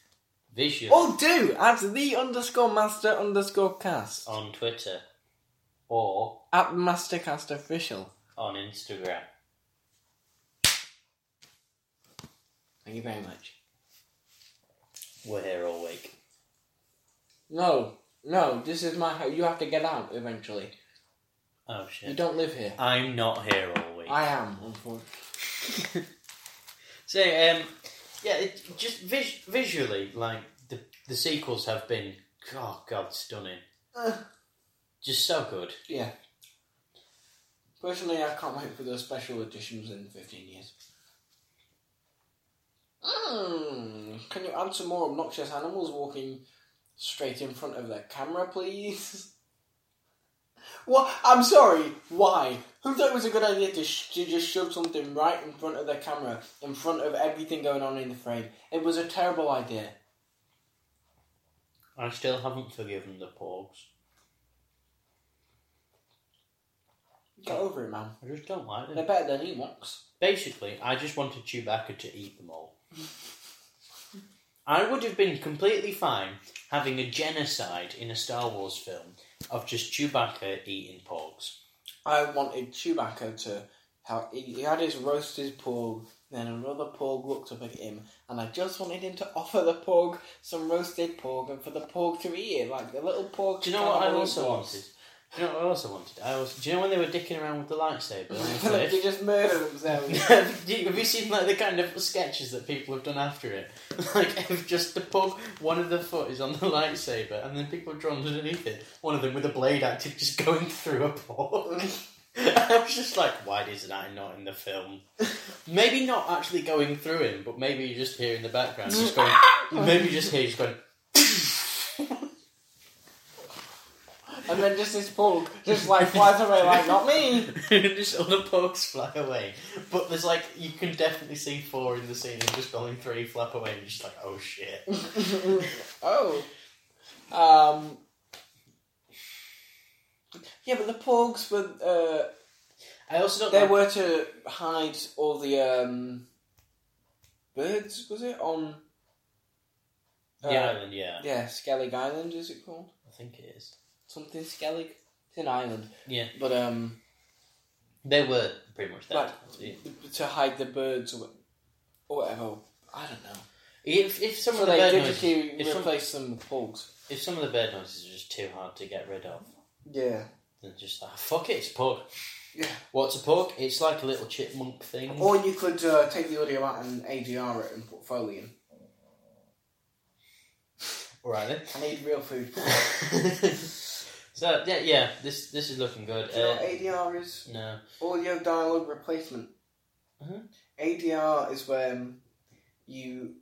S2: visually
S1: Or do at the underscore master underscore cast
S2: on Twitter or
S1: at mastercast official.
S2: on Instagram.
S1: Thank you very much.
S2: We're here all week.
S1: No, no, this is my house. You have to get out eventually.
S2: Oh
S1: You
S2: shit!
S1: don't live here.
S2: I'm not here all week.
S1: I am, unfortunately.
S2: So um, yeah, it, just vis- visually, like the the sequels have been, oh god, stunning,
S1: Uh.
S2: just so good.
S1: yeah. Personally, I can't wait for those special editions in 15 years. Mm, can you add some more obnoxious animals walking straight in front of the camera, please? What? I'm sorry, why? Who thought it was a good idea to, sh- to just shove something right in front of the camera, in front of everything going on in the frame? It was a terrible idea.
S2: I still haven't forgiven the porgs.
S1: Get over it, man.
S2: I just don't like them.
S1: They're better than Ewoks.
S2: Basically, I just wanted Chewbacca to eat them all. I would have been completely fine having a genocide in a Star Wars film of just Chewbacca eating porgs.
S1: I wanted Chewbacca to how he, he had his roasted porg. Then another porg looked up at him, and I just wanted him to offer the porg some roasted porg, and for the porg to eat it like the little porg.
S2: Do you know what I
S1: cannibal it
S2: also
S1: was.
S2: wanted? Do you know what I also wanted? I was. Do you know when they were dicking around with the lightsaber on the cliff?
S1: they just murder themselves.
S2: have you have you seen like the kind of sketches that people have done after it? Like if just the pub, one of the foot is on the lightsaber, and then people have drawn underneath it. One of them with a blade active, just going through a port. I was just like, why is that not in the film? Maybe not actually going through him, but maybe you just hear in the background, just going. maybe you just hear just going.
S1: and then just this porg just like flies away like not me.
S2: just all the pokes fly away. But there's like you can definitely see four in the scene and just only three flap away and you're just like, oh shit.
S1: oh. Um. Yeah, but the porgs were. Uh,
S2: I also don't
S1: They
S2: like-
S1: were to hide all the um, birds, was it on? uh,
S2: The island, yeah.
S1: Yeah, Skellig Island is it called?
S2: I think it is.
S1: Something Skellig. It's an island.
S2: Yeah.
S1: But um,
S2: They were pretty much that.
S1: to hide the birds or wha- or whatever. I don't know.
S2: If, if some
S1: So
S2: of the
S1: they
S2: bird
S1: digitally
S2: noises, if, some,
S1: replaced them with pogs.
S2: if some of the bird noises are just too hard to get rid of,
S1: Yeah.
S2: then just like fuck it, it's a pug.
S1: Yeah.
S2: What's a pug? It's like a little chipmunk thing.
S1: Or you could uh, take the audio out and ADR it and put Foley in.
S2: Alright then.
S1: I need real food.
S2: so yeah, yeah, this this is looking good.
S1: Do you know what
S2: Uh,
S1: ADR is?
S2: no,
S1: audio dialogue replacement.
S2: Mhm.
S1: ADR is when you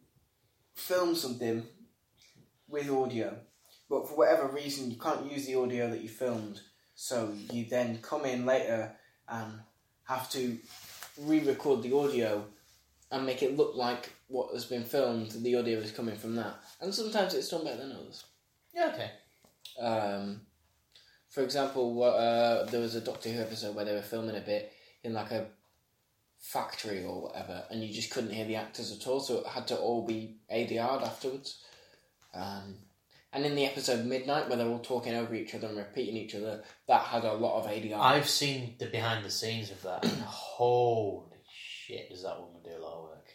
S1: film something with audio, but for whatever reason you can't use the audio that you filmed, so you then come in later and have to re-record the audio and make it look like what has been filmed. The audio is coming from that, and sometimes it's done better than others.
S2: yeah, okay.
S1: Um, for example, wha- uh, there was a Doctor Who episode where they were filming a bit in like a factory or whatever, and you just couldn't hear the actors at all, so it had to all be ADR'd afterwards. Um, and in the episode Midnight, where they're all talking over each other and repeating each other, that had a lot of ADR.
S2: I've seen the behind the scenes of that. and Holy shit, does that woman do a lot of work?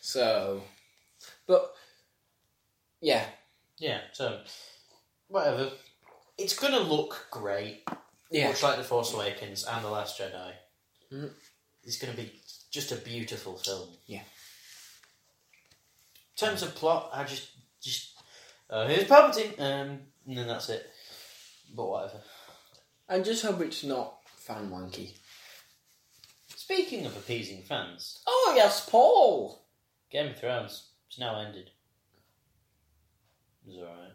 S1: So, but yeah,
S2: Yeah, so whatever. It's gonna look great,
S1: yeah,
S2: much like the Force Awakens and the Last Jedi.
S1: Mhm.
S2: It's gonna be just a beautiful film.
S1: Yeah.
S2: In terms of plot, I just just uh, here's Palpatine, um, and then that's it. But whatever.
S1: I just hope it's not fan wanky.
S2: Speaking of appeasing fans,
S1: Oh yes, Paul.
S2: Game of Thrones it's now ended. It's alright.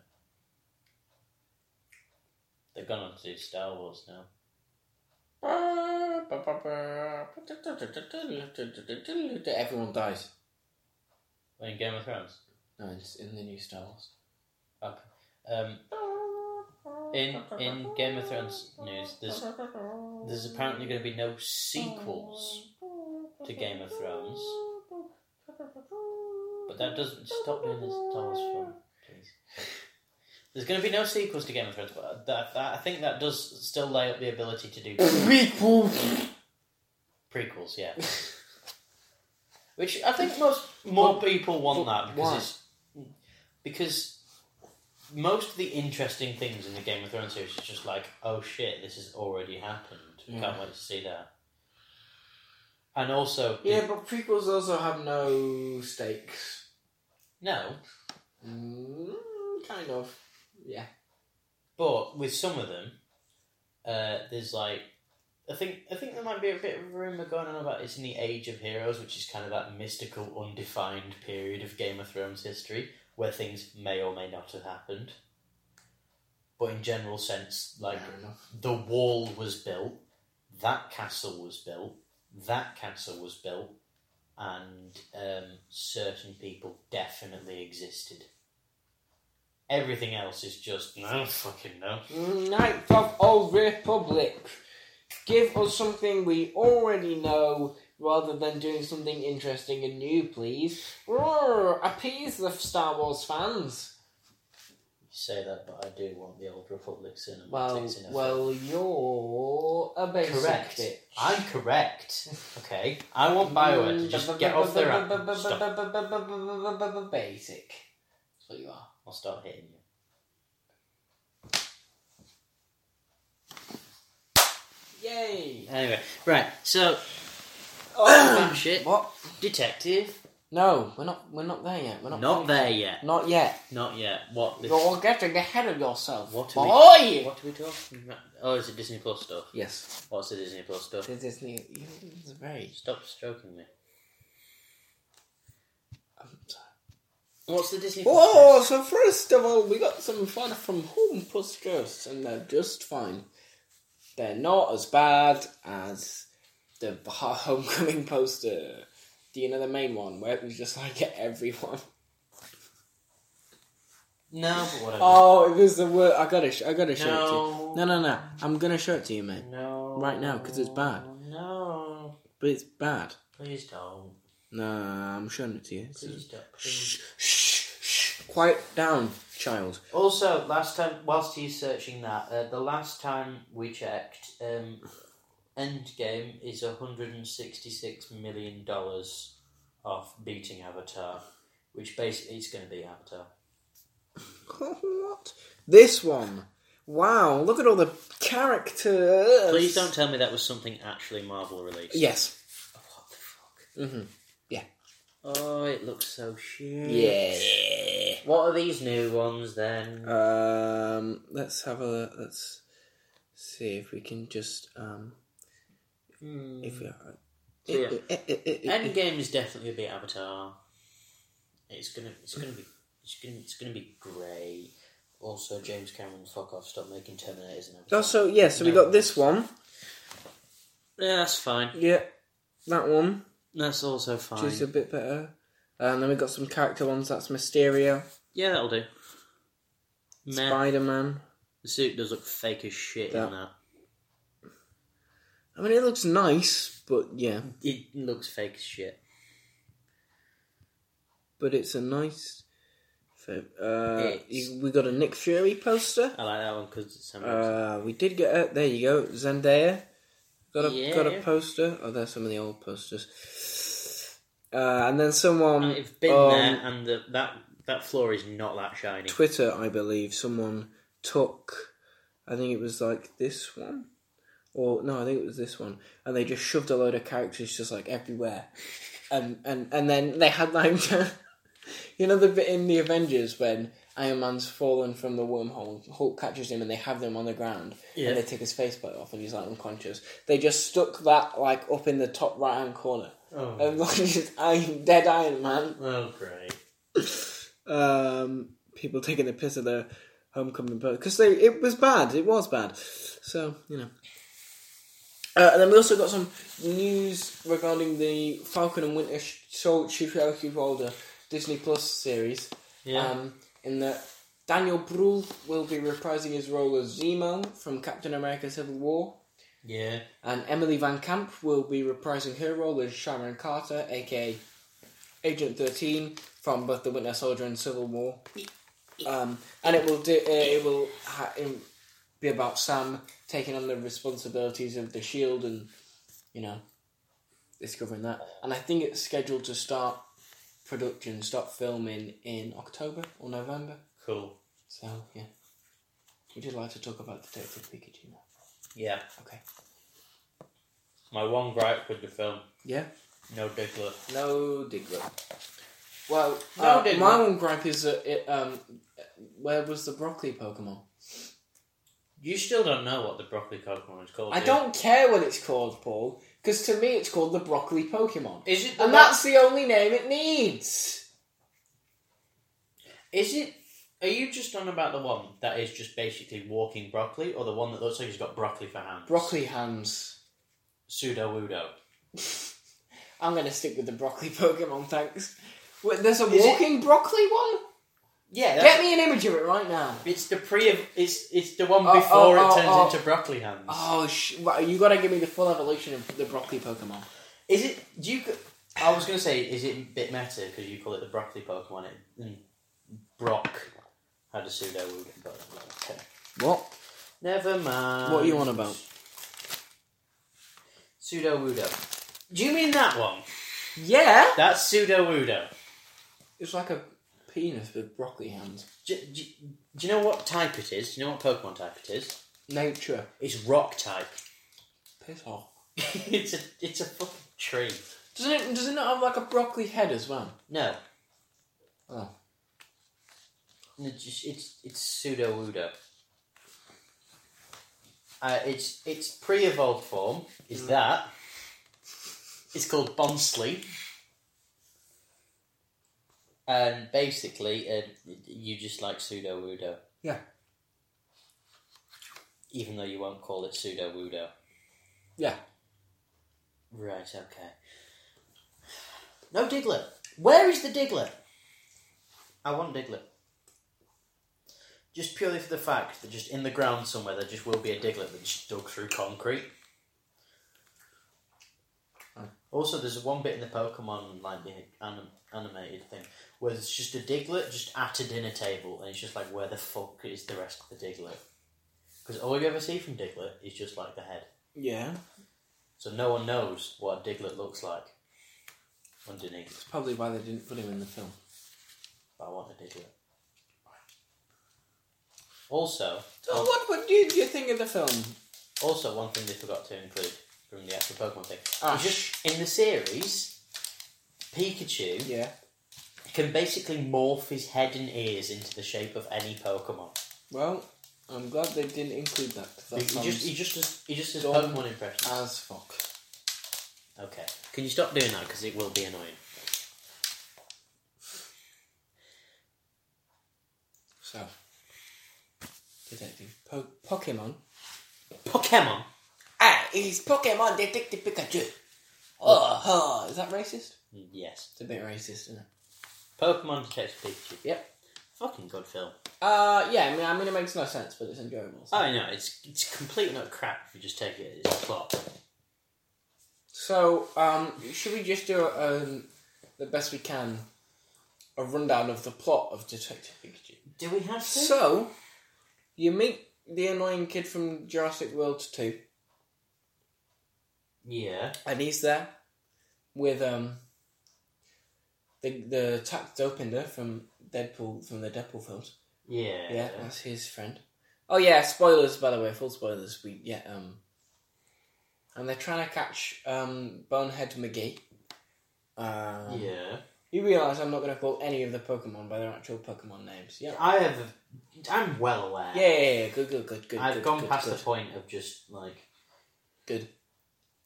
S2: They've gone on to do Star Wars now.
S1: Everyone dies.
S2: In Game of Thrones.
S1: No, it's in the new Star Wars.
S2: Okay. Um, In in Game of Thrones news, there's there's apparently going to be no sequels to Game of Thrones, but that doesn't stop me in this Star Wars film, please. There's going to be no sequels to Game of Thrones, but that, that, I think that does still lay up the ability to do prequels, yeah. Which I think most more people want
S1: but
S2: that because
S1: why?
S2: it's, because most of the interesting things in the Game of Thrones series is just like, oh shit, this has already happened.
S1: Yeah.
S2: Can't wait to see that. And also,
S1: Yeah, but prequels also have no stakes.
S2: no,
S1: Mm, kind of. Yeah.
S2: but with some of them, uh, there's like, I think I think there might be a bit of rumor going on about it's in the Age of Heroes, which is kind of that mystical, undefined period of Game of Thrones history where things may or may not have happened. But in general sense, like
S1: Fair enough.
S2: the wall was built, that castle was built, that castle was built, and um, certain people definitely existed. Everything else is just no fucking no.
S1: Knights of Old Republic. Give us something we already know rather than doing something interesting and new, please. Roar, appease the Star Wars fans.
S2: You say that, but I do want the old Republic cinematics
S1: Well,
S2: in a
S1: well, you're a basic
S2: Correct.
S1: bitch.
S2: I'm correct. Okay, I want Bioware to just get off their app. Stop.
S1: Basic. That's what you are.
S2: I'll start hitting you.
S1: Yay!
S2: Anyway, right. So, shit,
S1: What?
S2: detective,
S1: No, we're not. We're not there yet. We're not.
S2: not there yet.
S1: Not yet.
S2: Not yet. What? the-
S1: You're getting ahead of yourself.
S2: What are
S1: boy!
S2: What are we talking about? Oh, is it Disney Plus stuff?
S1: Yes.
S2: What's the Disney Plus stuff?
S1: The Disney. It's very.
S2: Stop stroking me.
S1: I'm sorry.
S2: What's the Disney
S1: Oh, so first of all, we got some fun from Home Puss Ghosts, and they're just fine. They're not as bad as the Homecoming poster. Do you know the main one where it was just like everyone?
S2: No, but whatever.
S1: Oh, it was the word. I gotta, sh- I gotta show it to you. No,
S2: no.
S1: no, no. I'm gonna show it to you, mate.
S2: No.
S1: Right now, 'cause it's bad.
S2: No.
S1: But it's bad.
S2: Please don't.
S1: No, I'm showing it to you.
S2: Please don't.
S1: Shh,
S2: Please.
S1: shh, shh. Quiet down, child.
S2: Also, last time, whilst he's searching that, uh, the last time we checked, um, Endgame is $166 million off beating Avatar, which basically is going to be Avatar.
S1: what? This one. Wow, look at all the characters.
S2: Please don't tell me that was something actually Marvel released.
S1: Yes.
S2: Oh, what the fuck?
S1: Mm-hmm. Yeah.
S2: Oh, it looks so shit.
S1: Yeah.
S2: What are these new ones then?
S1: Um, let's have a let's see if we can just um
S2: Hmm.
S1: if we eh,
S2: So, yeah.
S1: are.
S2: Endgame is definitely gonna be Avatar. It's gonna, it's gonna be, it's gonna, it's gonna be great. Also, James Cameron, fuck off! Stop making Terminators and Avatar.
S1: Also, yeah. Oh, So we got this one.
S2: yeah, that's fine.
S1: Yeah, that one.
S2: That's also
S1: which
S2: fine.
S1: is a bit better. And then we got some character ones. That's Mysterio,
S2: Yeah, that'll do. Meh.
S1: Spider Man.
S2: The suit does look fake as shit
S1: Yeah.
S2: in that.
S1: I mean, it looks nice, but yeah,
S2: It looks fake as shit.
S1: but it's a nice. fa- Uh,
S2: It's-
S1: you- we got a Nick Fury poster.
S2: I like that one because it's Samuel.
S1: Uh, we did get a, there. You go, Zendaya. Got a got a
S2: Yeah.
S1: poster. Oh, there's some of the old posters. Uh, and then someone
S2: I've been
S1: on
S2: there, and the, that that floor is not that shiny.
S1: Twitter, I believe, someone took. I think it was like this one, or no, I think it was this one, and they just shoved a load of characters just like everywhere, and and and then they had like, you know, the bit in the Avengers when Iron Man's fallen from the wormhole, Hulk catches him, and they have them on the ground,
S2: Yeah.
S1: and they take his faceplate off, and he's like unconscious. They just stuck that like up in the top right hand corner,
S2: oh,
S1: and like just Iron, dead Iron Man.
S2: oh, great!
S1: um, people taking the piss of their homecoming post because they it was bad. It was bad. So you know. Uh, and then we also got some news regarding the Falcon and Winter Sh- Soldier Falcon Soldier Disney Plus series.
S2: Yeah,
S1: Um, in that Daniel Brühl will be reprising his role as Zemo from Captain America: Civil War,
S2: Yeah.
S1: and Emily Van Camp will be reprising her role as Sharon Carter, aka Agent Thirteen, from both The Winter Soldier and Civil War. Um, and it will do, uh, it will ha- in- be about Sam taking on the responsibilities of the Shield E and you know discovering that. And I think it's scheduled to start production, start filming in October or November.
S2: Cool.
S1: So yeah, would you like to talk about Detective Pikachu now?
S2: Yeah.
S1: Okay.
S2: My one gripe with the film,
S1: Yeah.
S2: no Diggler.
S1: No Diglett. Well,
S2: No
S1: uh,
S2: Diglett.
S1: my one gripe is that it, um, where was the broccoli Pokemon?
S2: You still don't know what the broccoli Pokemon is called.
S1: I
S2: do you?
S1: don't care what it's called, Paul, because to me it's called the broccoli Pokemon,
S2: Is it the
S1: and that's the only name it needs.
S2: Is it? Are you just on about the one that is just basically walking broccoli, or the one that looks like he's got broccoli for hands?
S1: Broccoli hands.
S2: Pseudo wudo.
S1: I'm gonna stick with the broccoli Pokemon. Thanks. Wait, there's a
S2: Is it-
S1: walking broccoli one.
S2: Yeah,
S1: Get me an image of it right now.
S2: It's the pre. Of, it's it's the one
S1: Oh,
S2: before
S1: oh,
S2: it
S1: oh,
S2: turns
S1: oh.
S2: into broccoli hands.
S1: Oh, sh- well, you gotta give me the full evolution of the broccoli Pokemon.
S2: Is it? Do you? c- I was gonna say, is it a bit meta because you call it the broccoli Pokemon? It, mm, Brock had a pseudo wudo, but okay.
S1: What?
S2: Never mind.
S1: What are you on about?
S2: Pseudo wudo. Do you mean that one?
S1: Yeah.
S2: That's pseudo wudo.
S1: It's like a penis with broccoli hands.
S2: Do, do, do you know what type it is? Do you know what Pokemon type it is?
S1: Nature.
S2: It's rock type.
S1: Piss off.
S2: it's a it's a fucking tree.
S1: Doesn't it? Does it not have like a broccoli head as well?
S2: No.
S1: Oh.
S2: It's just- it's, it's pseudo wudo. Uh, it's its pre-evolved form is
S1: Mm.
S2: that. It's called Bonsley. And basically, uh, you just like pseudo wudo.
S1: Yeah.
S2: Even though you won't call it pseudo wudo.
S1: Yeah.
S2: Right. Okay. No Diglett. Where is the Diglett? I want Diglett. Just purely for the fact that just in the ground somewhere there just will be a Diglett that just dug through concrete.
S1: Hmm.
S2: Also, there's one bit in the Pokemon like the anim- animated thing where it's just a Diglett just at a dinner table, and it's just like where the fuck is the rest of the Diglett? Because all you ever see from Diglett is just like the head.
S1: Yeah.
S2: So no one knows what a Diglett looks like underneath.
S1: It's probably why they didn't put him in the film.
S2: But I want a Diglett. Also,
S1: So what would you, you think of the film?
S2: also one thing they forgot to include from the actual Pokemon thing.
S1: Ah.
S2: is just in the series, Pikachu
S1: Yeah.
S2: can basically morph his head and ears into the shape of any Pokemon.
S1: Well, I'm glad they didn't include that. 'cause
S2: He
S1: that
S2: he just, he
S1: sounds
S2: just, does, he just does
S1: Dumb.
S2: Pokemon impressions.
S1: as fuck.
S2: Okay. Um, Can you stop doing that? Because it will be annoying.
S1: So. Detective po- Pokemon.
S2: Pokemon.
S1: Ah, it's Pokemon Detective Pikachu. Oh, huh. is that racist?
S2: Yes.
S1: It's a bit racist, isn't it?
S2: Pokemon Detective Pikachu.
S1: Yep.
S2: Fucking good film.
S1: Uh, yeah. I mean, I mean, it makes no sense, but it's enjoyable. so.
S2: Oh no, it's it's complete not crap if you just take it as a plot.
S1: So, um, should we just do um, the best we can a rundown of the plot of Detective Pikachu?
S2: Do we have to?
S1: So, you meet the annoying kid from Jurassic World 2,
S2: yeah.
S1: and he's there with um, the the tax opener from Deadpool from the Deadpool films.
S2: Yeah.
S1: Yeah, that's his friend. Oh yeah, spoilers by the way, full spoilers. We yeah um, and they're trying to catch um Bonehead McGee. Um,
S2: Yeah.
S1: You realise I'm not going to call any of the Pokemon by their actual Pokemon names. Yeah.
S2: I have. A, I'm well aware.
S1: Yeah, yeah, yeah. Good, good, good, good.
S2: I've
S1: good,
S2: gone
S1: good,
S2: past
S1: good.
S2: the point of just like
S1: Good.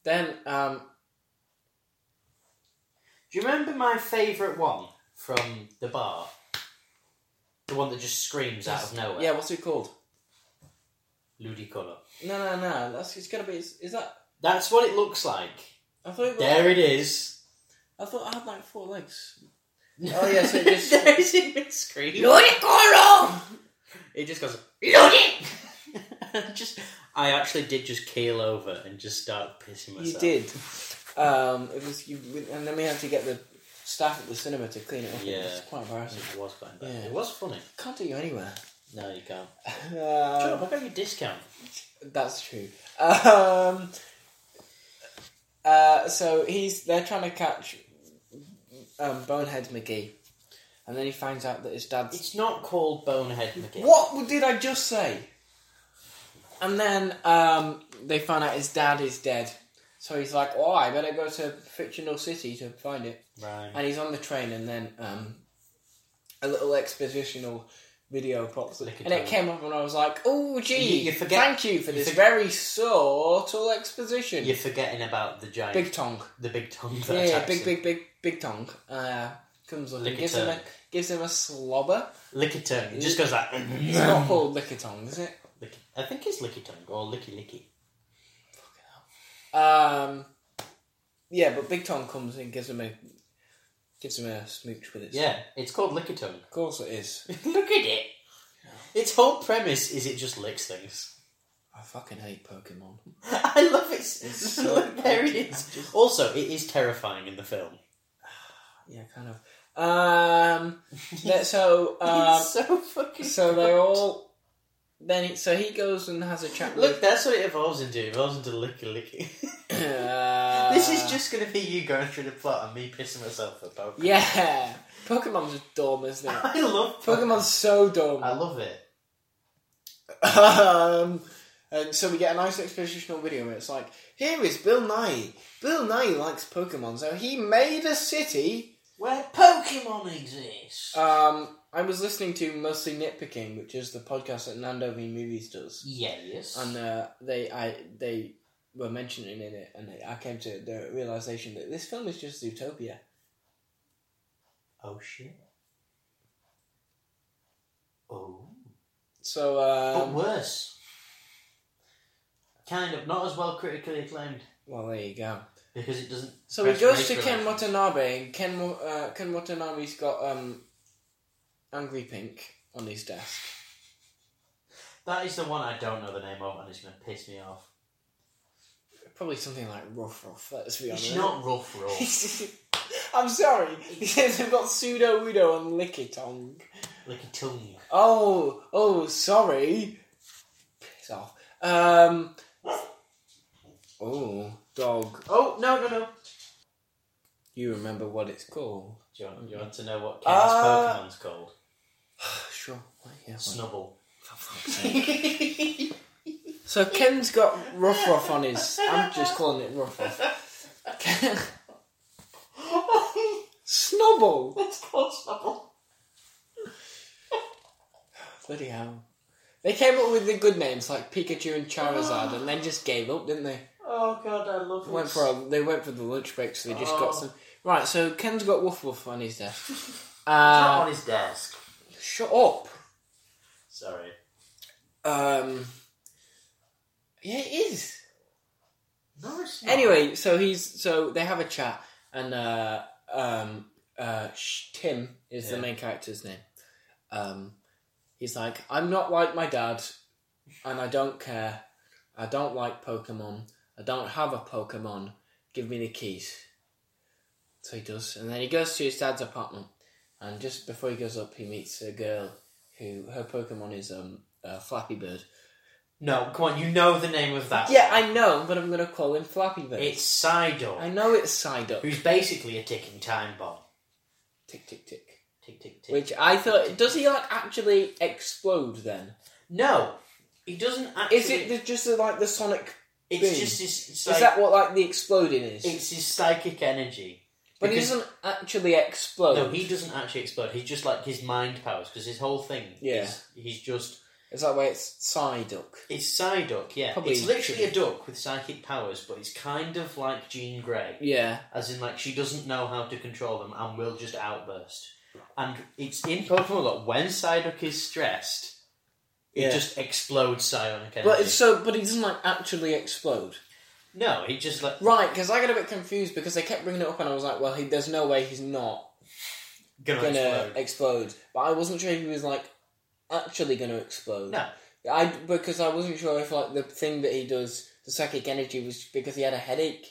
S1: Then, um,
S2: Do you remember my favourite one from the bar? The one that just screams out of nowhere.
S1: yeah, what's it called?
S2: Ludicolo.
S1: No, no, no. That's it's gotta be. Is, is that?
S2: That's what it looks like.
S1: I thought. It was,
S2: There it is.
S1: I thought I had like four legs. Oh, yeah, so it just-
S2: there is it mid screen.
S1: Ludicolo.
S2: It just goes, load it! just, I actually did just keel over and just start pissing myself.
S1: You did. Um, it was you, and then we had to get the staff at the cinema to clean it up.
S2: Yeah.
S1: It's quite embarrassing.
S2: It was quite bad.
S1: Yeah.
S2: It was funny.
S1: Can't do you anywhere.
S2: No, you can't. Shut up,
S1: Um,
S2: I got your discount.
S1: that's true. Um, uh, so he's they're trying to catch um, Bonehead McGee, and then he finds out that his dad's
S2: It's not called Bonehead McGee.
S1: What did I just say? And then um, they find out his dad is dead. So he's like, oh, I better go to Fictional City to find it.
S2: Right.
S1: And he's on the train, and then um, a little expositional video pops up.
S2: Lick it
S1: And it
S2: down.
S1: came up, and I was like, oh, gee,
S2: You- you forget-
S1: thank you for
S2: you
S1: this
S2: forget-
S1: very subtle exposition.
S2: You're forgetting about the giant,
S1: Big tongue.
S2: the big tongue that
S1: Yeah, yeah,
S2: attacks
S1: big,
S2: him.
S1: big, big, big tongue. Uh, comes up and
S2: Lick it
S1: gives him, a,
S2: down.
S1: gives him a slobber.
S2: Licky tongue. It just goes like.
S1: It's not called Lickitung, is it?
S2: Licky, I think it's licky tongue or licky licky.
S1: Um, yeah, but Big Tom comes and gives him a gives him a smooch with it.
S2: Yeah, it's called licky tongue.
S1: of course it is.
S2: Look at it. Its whole premise is it just licks things.
S1: I fucking hate Pokemon.
S2: I love it.
S1: so-
S2: Look, there it
S1: I
S2: is. Also, it is terrifying in the film.
S1: Yeah, kind of. Um, that- so um,
S2: it's so fucking.
S1: so
S2: good.
S1: they're all then. So he goes and has a chat.
S2: Look, that's what it evolves into. It evolves into licky licky.
S1: with, uh,
S2: this is just going to be you going through the plot and me pissing myself at Pokemon.
S1: yeah. Pokemon's dumb, isn't it?
S2: I love
S1: Pokemon's so dumb.
S2: I love it.
S1: Um, and so we get a nice expositional video where it's like, here is Bill Nye. Bill Nye likes Pokemon, so he made a city.
S2: Where Pokemon exists.
S1: Um, I was listening to Mostly Nitpicking, which is the podcast that Nando V Movies does,
S2: yeah, yes.
S1: and uh, they I they were mentioning in it, and I came to the realization that this film is just Zootopia.
S2: oh shit. Oh.
S1: So
S2: But
S1: um,
S2: worse. Kind of not as well critically acclaimed
S1: well, there you go.
S2: because it doesn't.
S1: So he
S2: press
S1: goes to
S2: race
S1: Ken
S2: relations.
S1: Watanabe, and Ken Wa- uh, Ken Watanabe's got um, Angry Pink on his desk.
S2: That is the one I don't know the name of, and it's going to piss me off.
S1: Probably something like rough rough. Let's be honest.
S2: It's not rough rough.
S1: I'm sorry. Because I've got pseudo udo and licky tongue.
S2: like a tongue.
S1: Oh, oh, sorry. Piss off. Um. Oh, dog.
S2: Oh no no no!
S1: You remember what it's called?
S2: Do you want, you want to know what Ken's
S1: Uh,
S2: Pokemon's called?
S1: sure. Why, Yeah, why?
S2: Snubble.
S1: So Ken's got rough rough on his. I'm just calling it rough rough. Ken- Snubble.
S2: it's called Snubble.
S1: Bloody hell. They came up with the good names like Pikachu and Charizard and then just gave up, didn't they?
S2: Oh god, I love
S1: They went for a, they went for the lunch break, so they just got
S2: Oh.
S1: some. Right, so Ken's got Woof Woof on his desk.
S2: Not
S1: Uh,
S2: on his desk.
S1: shut up.
S2: Sorry.
S1: Um, yeah, it is.
S2: No, it's not.
S1: Anyway, so he's so they have a chat, and uh, um, uh, Sh- Tim is the
S2: Yeah.
S1: main character's name. Um, he's like, I'm not like my dad, and I don't care. I don't like Pokemon. I don't have a Pokemon. Give me the keys. So he does, and then he goes to his dad's apartment, and just before he goes up, he meets a girl who her Pokemon is um a Flappy Bird.
S2: No, come on, you know the name of that.
S1: Yeah, I know, but I'm gonna call him Flappy Bird.
S2: It's Sidor,
S1: I know it's Psyduck.
S2: who's basically a ticking time bomb.
S1: Tick tick tick.
S2: Tick, tick, tick.
S1: Which I thought, does he like actually explode? Then
S2: No, he doesn't actually.
S1: is it the, just the, like the sonic?
S2: It's
S1: thing?
S2: just his. It's,
S1: is that what like the exploding is?
S2: it's his psychic energy.
S1: but he
S2: because-
S1: doesn't actually explode.
S2: No, he doesn't actually explode. He's just like his mind powers because his whole thing.
S1: Yeah.
S2: Is, he's just.
S1: Is that why it's Psyduck?
S2: It's Psyduck, yeah.
S1: Probably
S2: it's literally a duck with psychic powers, but it's kind of like Jean Grey.
S1: Yeah.
S2: As in, like, she doesn't know how to control them and will just outburst. And it's in Pokemon that when Psyduck is stressed, it
S1: Yeah.
S2: just explodes psionic energy.
S1: But it's so, but he doesn't like actually explode,
S2: No, he just like
S1: right? Because I got a bit confused because they kept bringing it up, and I was like, "Well, he, there's no way he's not
S2: gonna,
S1: gonna
S2: explode.
S1: explode." But I wasn't sure if he was like actually going to explode.
S2: No.
S1: I because I wasn't sure if like the thing that he does, the psychic energy, was because he had a headache,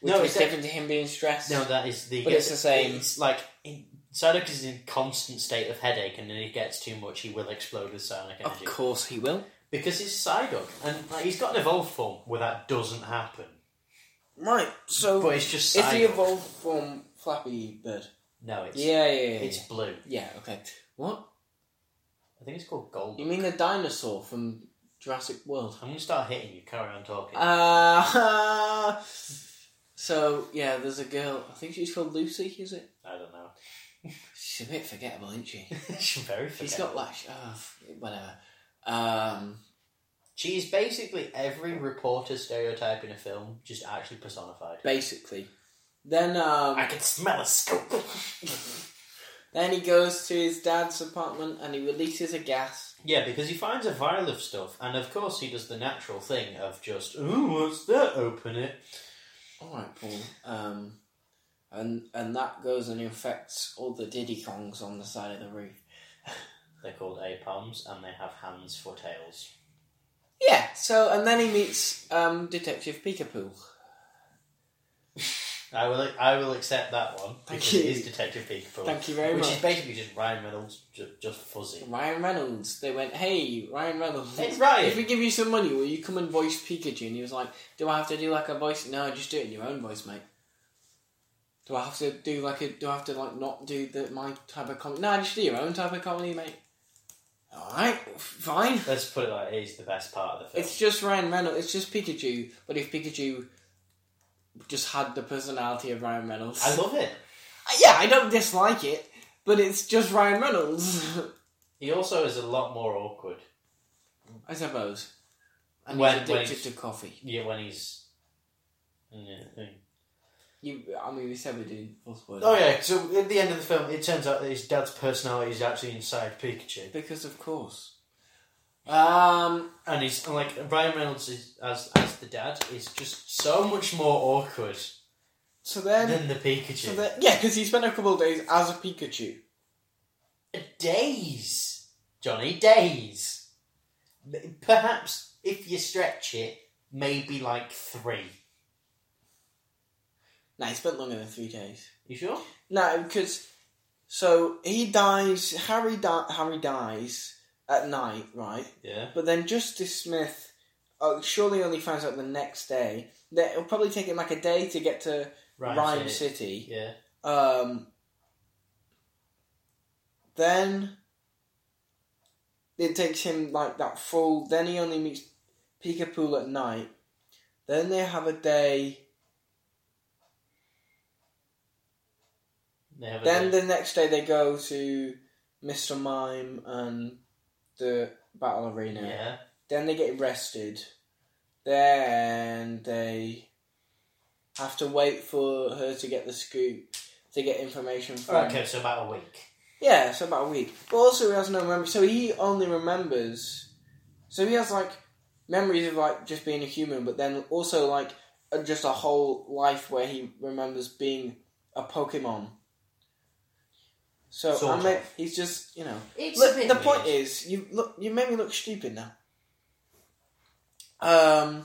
S1: which
S2: No,
S1: was
S2: it's-
S1: different to him being stressed.
S2: No, that is the.
S1: But it's the same.
S2: It's like in, Psyduck is in constant state of headache, and then he gets too much, he will explode with psionic
S1: of
S2: energy.
S1: course he will.
S2: Because he's Psyduck, and like, he's got an evolved form where that doesn't happen.
S1: Right. So
S2: But it's just
S1: is
S2: Psyduck.
S1: the evolved from Flappy Bird?
S2: No, it's
S1: Yeah, yeah, yeah.
S2: it's blue.
S1: yeah. Okay. What
S2: I think it's called gold.
S1: you mean the dinosaur from Jurassic World?
S2: I'm gonna start hitting you. Carry on talking.
S1: Uh, so yeah, there's a girl. I think she's called Lucy. Is it?
S2: I don't know.
S1: She's a bit forgettable, isn't she?
S2: She's very
S1: She's
S2: forgettable.
S1: got like uh, whatever. Um,
S2: She's basically every reporter stereotype in a film, just actually personified.
S1: basically. Then um,
S2: I can smell a scoop.
S1: then he goes to his dad's apartment and he releases a gas.
S2: yeah, because he finds a vial of stuff, and of course he does the natural thing of just, ooh, what's that? Open it.
S1: All right, Paul. Um, and and that goes and infects all the Diddy Kongs on the side of the roof.
S2: They're called APOMs, and they have hands for tails.
S1: Yeah. So and then he meets um, Detective Peekapoo.
S2: I will, I will accept that one
S1: Thank
S2: because
S1: you.
S2: it is Detective Peekaboo.
S1: Thank you very
S2: which
S1: much.
S2: is basically just Ryan Reynolds, just, just fuzzy.
S1: Ryan Reynolds. They went, hey, Ryan Reynolds.
S2: Hey, Ryan.
S1: If we give you some money, will you come and voice Pikachu? And he was like, do I have to do like a voice? No, just do it in your own voice, mate. Do I have to do like a? Do I have to like not do the my type of comedy? No, just do your own type of comedy, mate. All right, fine.
S2: Let's put it like it is the best part of the film.
S1: It's just Ryan Reynolds. It's just Pikachu. But if Pikachu just had the personality of Ryan Reynolds, Uh,
S2: I love it.
S1: yeah, I don't dislike it. But it's just Ryan Reynolds,
S2: He also is a lot more awkward.
S1: I suppose. And
S2: When-
S1: he's
S2: when
S1: addicted
S2: he's-
S1: to coffee.
S2: Yeah, when he's. Yeah, yeah.
S1: You, I mean, we said we did both words.
S2: Oh yeah. So at the end of the film, it turns out that his dad's personality is actually inside Pikachu,
S1: Because of course. Um.
S2: and he's and like Ryan Reynolds is, as as the dad is just so much more awkward
S1: So then.
S2: than the Pikachu.
S1: So then yeah, because he spent a couple of days as a Pikachu.
S2: days, Johnny, days. M- Perhaps if you stretch it, maybe like three.
S1: Nah, he spent longer than three days.
S2: You sure?
S1: No, because so he dies. Harry di- Harry dies at night, right?
S2: Yeah.
S1: But then Justice Smith uh, surely only finds out the next day. That it'll probably take him like a day to get to Rhyme,
S2: City.
S1: City.
S2: Yeah.
S1: Um, then it takes him like that full. Then he only meets Peekapoo at night. Then they have a day.
S2: They have a
S1: Then
S2: day.
S1: the next day they go to Mr. Mime and the battle arena.
S2: yeah.
S1: Then they get arrested. Then they have to wait for her to get the scoop to get information from.
S2: Okay, so about a week.
S1: Yeah, so about a week. But also he has no memory, so he only remembers. So he has like memories of like just being a human, but then also like uh, just a whole life where he remembers being a Pokemon. So
S2: Sort
S1: I mean,
S2: of.
S1: he's just you know.
S2: It's
S1: Look, the point is, you look, you made me look stupid now. Um.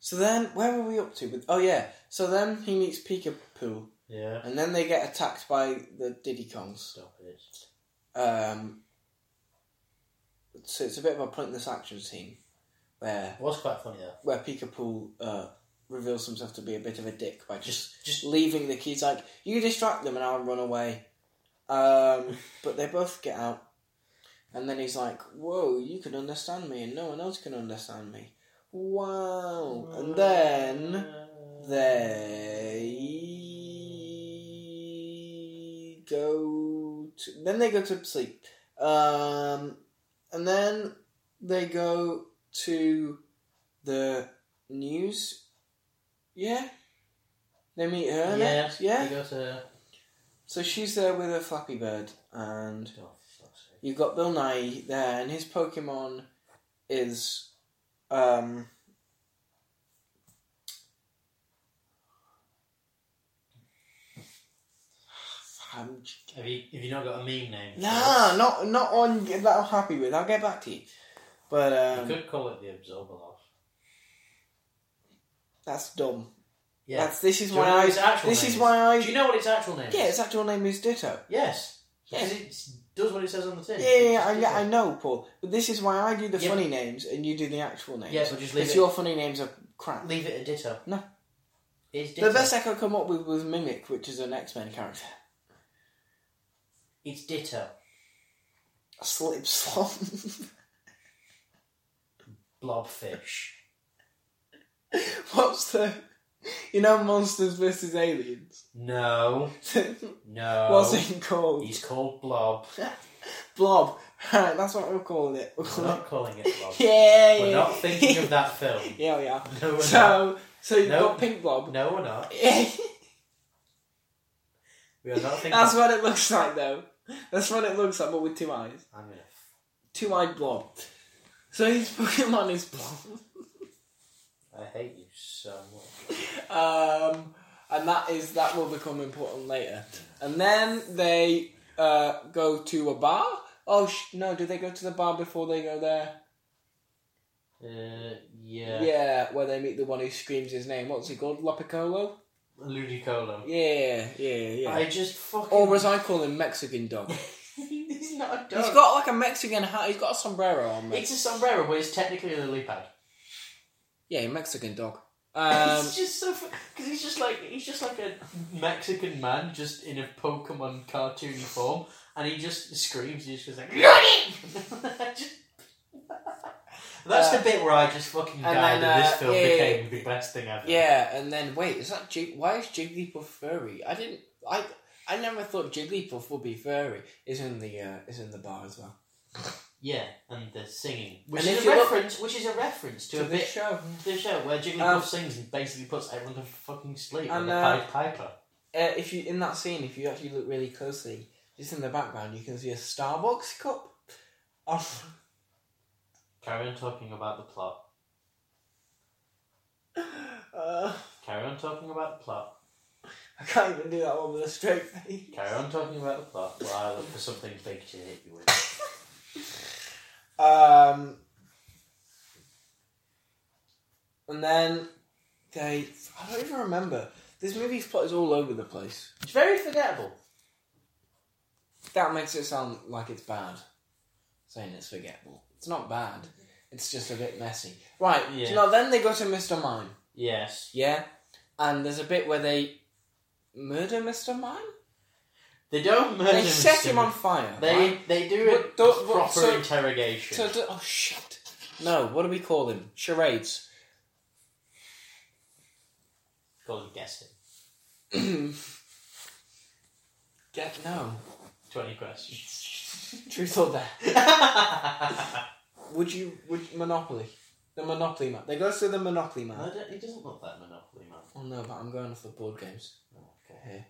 S1: So then, where were we up to? With oh yeah, so then he meets Peekapoo,
S2: Yeah.
S1: and then they get attacked by the Diddy Kongs.
S2: Stop it.
S1: Um, so it's a bit of a pointless action scene where
S2: It was quite funny though.
S1: where Peekapoo uh, reveals himself to be a bit of a dick by just
S2: Just, just
S1: leaving the keys. Like you distract them and I'll run away. Um, but they both get out, and then he's like, "Whoa, you can understand me, and no one else can understand me." Wow! And then they go to, then they go to sleep um, and then they go to the news yeah they meet her
S2: yeah,
S1: next yeah
S2: They go to.
S1: so she's there with her flappy bird and
S2: Oh, for fuck's sake.
S1: you've got Bill Nye there, and his Pokemon is um I'm
S2: Have you have you not got a meme name?
S1: Nah, not not one that I'm happy with. I'll get back to you. But
S2: You
S1: um,
S2: could call it the absorber off.
S1: that's dumb.
S2: Yeah.
S1: That's this is
S2: Do you
S1: why
S2: know
S1: I.
S2: its actual
S1: This
S2: name
S1: is why I.
S2: Do you know what its actual name
S1: yeah,
S2: is?
S1: its actual name is Ditto.
S2: Yes.
S1: Yeah.
S2: Because it does what it says on the tin.
S1: Yeah, yeah, yeah, I, yeah, I know, Paul. But this is why I do the
S2: Yeah.
S1: funny names and you do the actual names.
S2: Yeah, but just leave
S1: Because
S2: it.
S1: your funny names are crap.
S2: Leave it a ditto.
S1: No.
S2: It's ditto.
S1: The best I could come up with was Mimic, which is an X Men character.
S2: It's ditto.
S1: A slip slop.
S2: Blobfish.
S1: What's the. You know Monsters vs. Aliens?
S2: No. No.
S1: What's it called?
S2: He's called Blob.
S1: Blob. Right, that's what we're calling it. We're
S2: We're
S1: calling it.
S2: not calling it Blob.
S1: Yeah,
S2: We're
S1: yeah.
S2: not thinking of that film.
S1: Yeah, we are.
S2: No, we're
S1: so, so you've
S2: No.
S1: got Pink Blob.
S2: not. No, we're not. We are not thinking.
S1: That's what it looks like, though. That's what it looks like, but with two eyes.
S2: I'm gonna.
S1: Two eyed Blob. So his Pokemon is Blob.
S2: I hate you so much.
S1: Um, and that is that will become important later. And then they uh, go to a bar. Oh sh- no! Do they go to the bar before they go there?
S2: Uh,
S1: Yeah.
S2: yeah.
S1: where they meet the one who screams his name. What's he called? Lopicolo.
S2: Ludicolo.
S1: Yeah, yeah, yeah.
S2: I just fucking.
S1: or as I call him, Mexican dog.
S2: He's not a dog.
S1: he's got like a Mexican hat. He's got a sombrero on. Mate.
S2: It's a sombrero, but it's technically a lily pad.
S1: Yeah, Mexican dog. Um,
S2: it's just so because he's just like he's just like a Mexican man just in a Pokemon cartoony form, and he just screams. He's just like Just- That's
S1: Uh,
S2: the bit where I just
S1: and
S2: fucking died,
S1: then,
S2: and this
S1: uh,
S2: film
S1: yeah,
S2: became the best thing ever.
S1: Yeah, and then wait, is that Jig? Why is Jigglypuff furry? I didn't. I I never thought Jigglypuff would be furry. Is in the uh, is in the bar as well.
S2: yeah, and the singing, which
S1: And
S2: is
S1: if
S2: a
S1: you look-
S2: reference, which is a reference to, a
S1: this
S2: bit
S1: show.
S2: the show where Jigglypuff
S1: Um,
S2: sings and basically puts everyone to fucking sleep,
S1: and,
S2: and the
S1: uh,
S2: Pied Piper.
S1: Uh, if you in that scene, if you actually look really closely, just in the background, you can see a Starbucks cup. Oh,
S2: Carry on talking about the plot.
S1: uh,
S2: Carry on talking about the plot.
S1: I can't even do that one with a straight face.
S2: Carry on talking about the plot while I look for something big to hit you with.
S1: Um, and then they. I don't even remember. This movie's plot is all over the place.
S2: It's very forgettable.
S1: That makes it sound like it's bad. Saying it's forgettable. It's not bad. It's just a bit messy. Right.
S2: Yeah.
S1: So now then they go to Mr. Mime.
S2: Yes.
S1: Yeah. And there's a bit where they murder Mr. Mime?
S2: They don't murder
S1: they set
S2: Mr.
S1: him on fire.
S2: They
S1: right?
S2: they do a
S1: What- don't- what-
S2: proper
S1: so-
S2: interrogation.
S1: So, do- oh, shit. No, what do we call them? Charades.
S2: Call it guessing.
S1: Get no.
S2: Twenty questions.
S1: Truth or dare.
S2: I
S1: Would you. Would Monopoly? The Monopoly man. They go to the Monopoly man.
S2: don't, he doesn't look that monopoly man.
S1: Oh no, but I'm going for the board games.
S2: Oh, okay.
S1: Okay.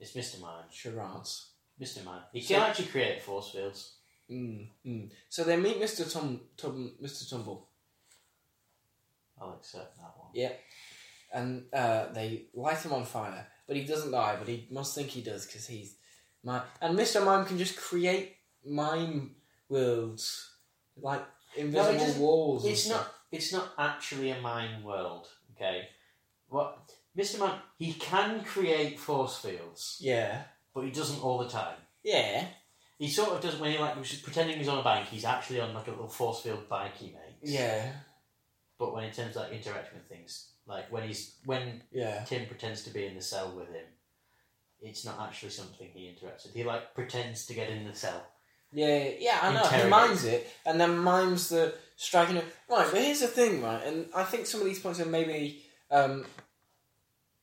S2: It's Mr. Mime.
S1: Charades.
S2: Mr. Mime. He
S1: So-
S2: can actually create force fields.
S1: Mm, mm. So they meet Mr. Tum, Tum, Mr. Tumble,
S2: I'll accept that one.
S1: and uh, they light him on fire. But he doesn't die. But he must think he does because he's mime. And Mr. Mime can just create mime worlds, like invisible
S2: doesn't-
S1: walls. and
S2: It's
S1: stuff.
S2: not. It's not actually a mine world. Okay. What Mr. Mime? He can create force fields,
S1: Yeah.
S2: but he doesn't all the time.
S1: Yeah.
S2: He sort of does when he like was just pretending he's on a bike. He's actually on like a little force field bike he makes.
S1: Yeah.
S2: But when it turns to like interacting with things, like when he's when
S1: Yeah.
S2: Tim pretends to be in the cell with him, it's not actually something he interacts with. He like pretends to get in the cell.
S1: Yeah, yeah, I know. He
S2: Interrogate.
S1: mimes it, and then mimes the striking. Of, right, but here's the thing, right? And I think some of these points are maybe um,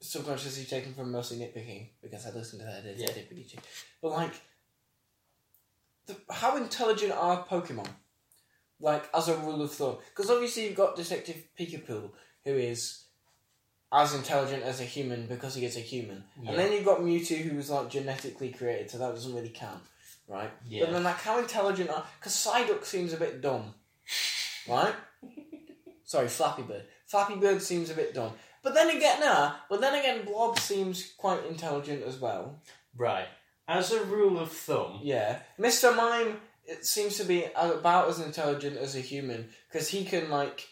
S1: subconsciously taken from mostly nitpicking because I listened to that. It's
S2: Yeah.
S1: nitpicking, too. but like, the, how intelligent are Pokemon? Like as a rule of thumb, because obviously you've got Detective Peekapoo, who is as intelligent as a human because he is a human,
S2: Yeah.
S1: and then you've got Mewtwo, who was like genetically created, so that doesn't really count, right?
S2: Yeah.
S1: But then, like, how intelligent are. Because Psyduck seems a bit dumb. Right? Sorry, Flappy Bird. Flappy Bird seems a bit dumb. But then again, nah. But then again, Blob seems quite intelligent as well.
S2: Right. As a rule of thumb,
S1: Yeah, Mr. Mime it seems to be about as intelligent as a human because he can like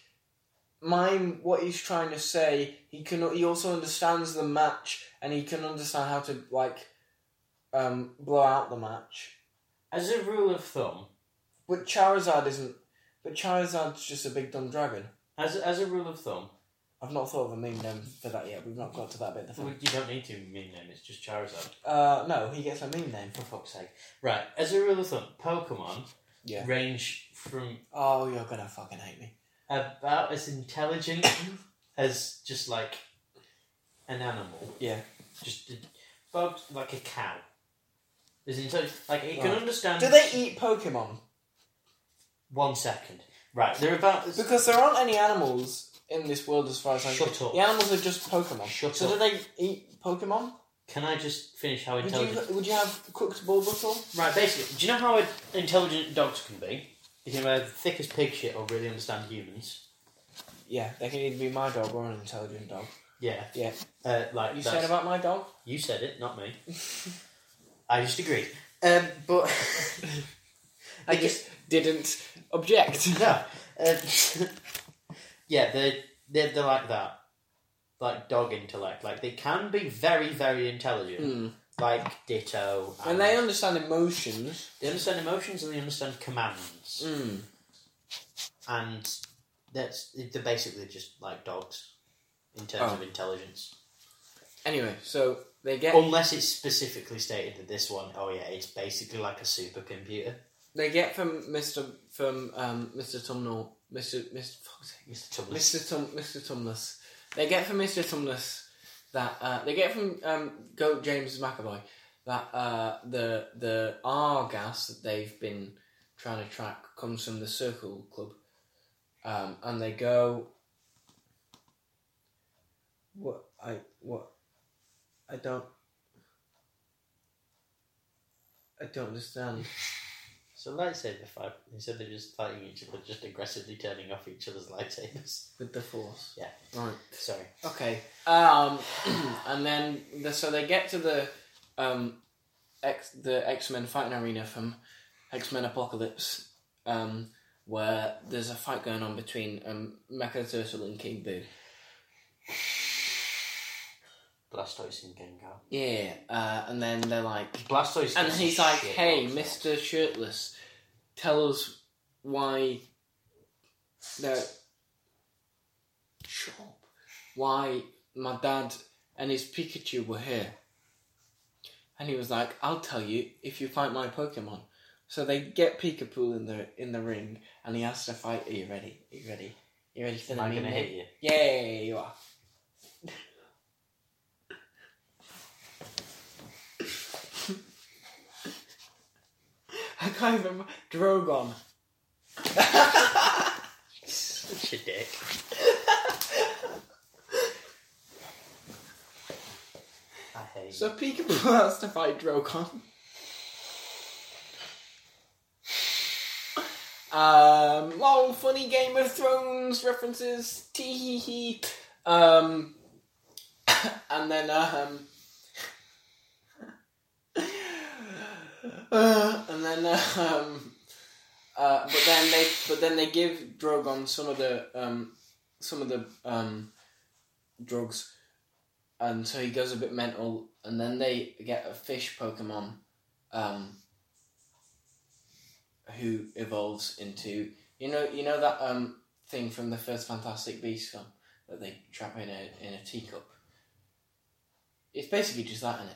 S1: mime what he's trying to say. He can. He also understands the match and he can understand how to like um, blow out the match.
S2: as a rule of thumb,
S1: But Charizard isn't. But Charizard's just a big dumb dragon.
S2: as as a rule of thumb,
S1: I've not thought of a meme name for that yet. We've not got to that bit. Of the
S2: well,
S1: film.
S2: you don't need to mean them. It's just Charizard.
S1: Uh, no, he gets a meme name.
S2: For fuck's sake. Right. As a rule of thumb, Pokemon
S1: Yeah.
S2: range from
S1: Oh, you're gonna fucking hate me.
S2: about as intelligent as just like an animal.
S1: Yeah.
S2: Just a, but like a cow. Is intelligent. Like it can
S1: Right.
S2: understand.
S1: Do they eat Pokemon?
S2: One second. Right. They're about. as-
S1: Because there aren't any animals in this world as far as I
S2: Shut up.
S1: The animals are just Pokemon.
S2: Shut
S1: so
S2: up.
S1: do they eat Pokemon?
S2: Can I just finish how
S1: Would
S2: intelligent?
S1: you, would you have cooked Bulbasaur?
S2: Right. Basically, do you know how intelligent dogs can be? They can be either thick as pig shit or really understand humans.
S1: Yeah, they can either be my dog or an intelligent dog.
S2: Yeah.
S1: Yeah.
S2: Uh, like
S1: You
S2: that's-
S1: said about my dog?
S2: You said it, not me. I just agreed. Um, but
S1: I just didn't object.
S2: no. Um, yeah, they're, they're they're like that, like dog intellect. Like they can be very very intelligent, like Ditto,
S1: Hmm. And they understand emotions.
S2: they understand emotions and they understand commands,
S1: Mm. Hmm.
S2: and that's they're basically just like dogs in terms
S1: Oh.
S2: of intelligence.
S1: Anyway, so they get
S2: Unless it's specifically stated that this one, oh yeah, it's basically like a supercomputer.
S1: they get from Mr. from um, Mr. Tumnor Mr. Mr. fuck's sake.
S2: Mr. Tubbs.
S1: Mr. Tum- Mr. Tumnus. They get from Mr. Tumnus that uh, they get from um, Goat James McAvoy that uh, the the R gas that they've been trying to track comes from the Circle Club, um, and they go. What I what I don't I don't understand.
S2: So lightsaber fight, instead of just fighting each other, just aggressively turning off each other's lightsabers.
S1: With the force.
S2: Yeah.
S1: Right.
S2: Sorry.
S1: Okay. Um, and then the, so they get to the um, X the X Men fighting arena from X Men Apocalypse, um, where there's a fight going on between um, Mecha Turtle and King Boo.
S2: Blastoise and Gengar.
S1: Yeah. Uh, and then they're like,
S2: Blastoise.
S1: and
S2: is
S1: he's
S2: a
S1: like,
S2: shit
S1: "Hey,
S2: boxer.
S1: Mister Shirtless, tell us why that shut up. Why my dad and his Pikachu were here. And he was like, I'll tell you if you fight my Pokemon. So they get Peekapoo in the in the ring and he has to fight. Are you ready? Are you ready? you ready for
S2: Am
S1: the
S2: I
S1: mean
S2: gonna
S1: bit?
S2: hit you?
S1: Yeah, you are. I can't even Drogon.
S2: Such a dick. I hate
S1: So Peekaboo has to fight Drogon. Um, lol, funny Game of Thrones references, tee hee hee. Um, and then, um, uh, and then, um, uh, but then they, but then they give Drogon some of the, um, some of the, um, drugs and so he goes a bit mental, and then they get a fish Pokemon, um, who evolves into you know you know that um thing from the first Fantastic Beasts film that they trap in a in a teacup. It's basically just that in it.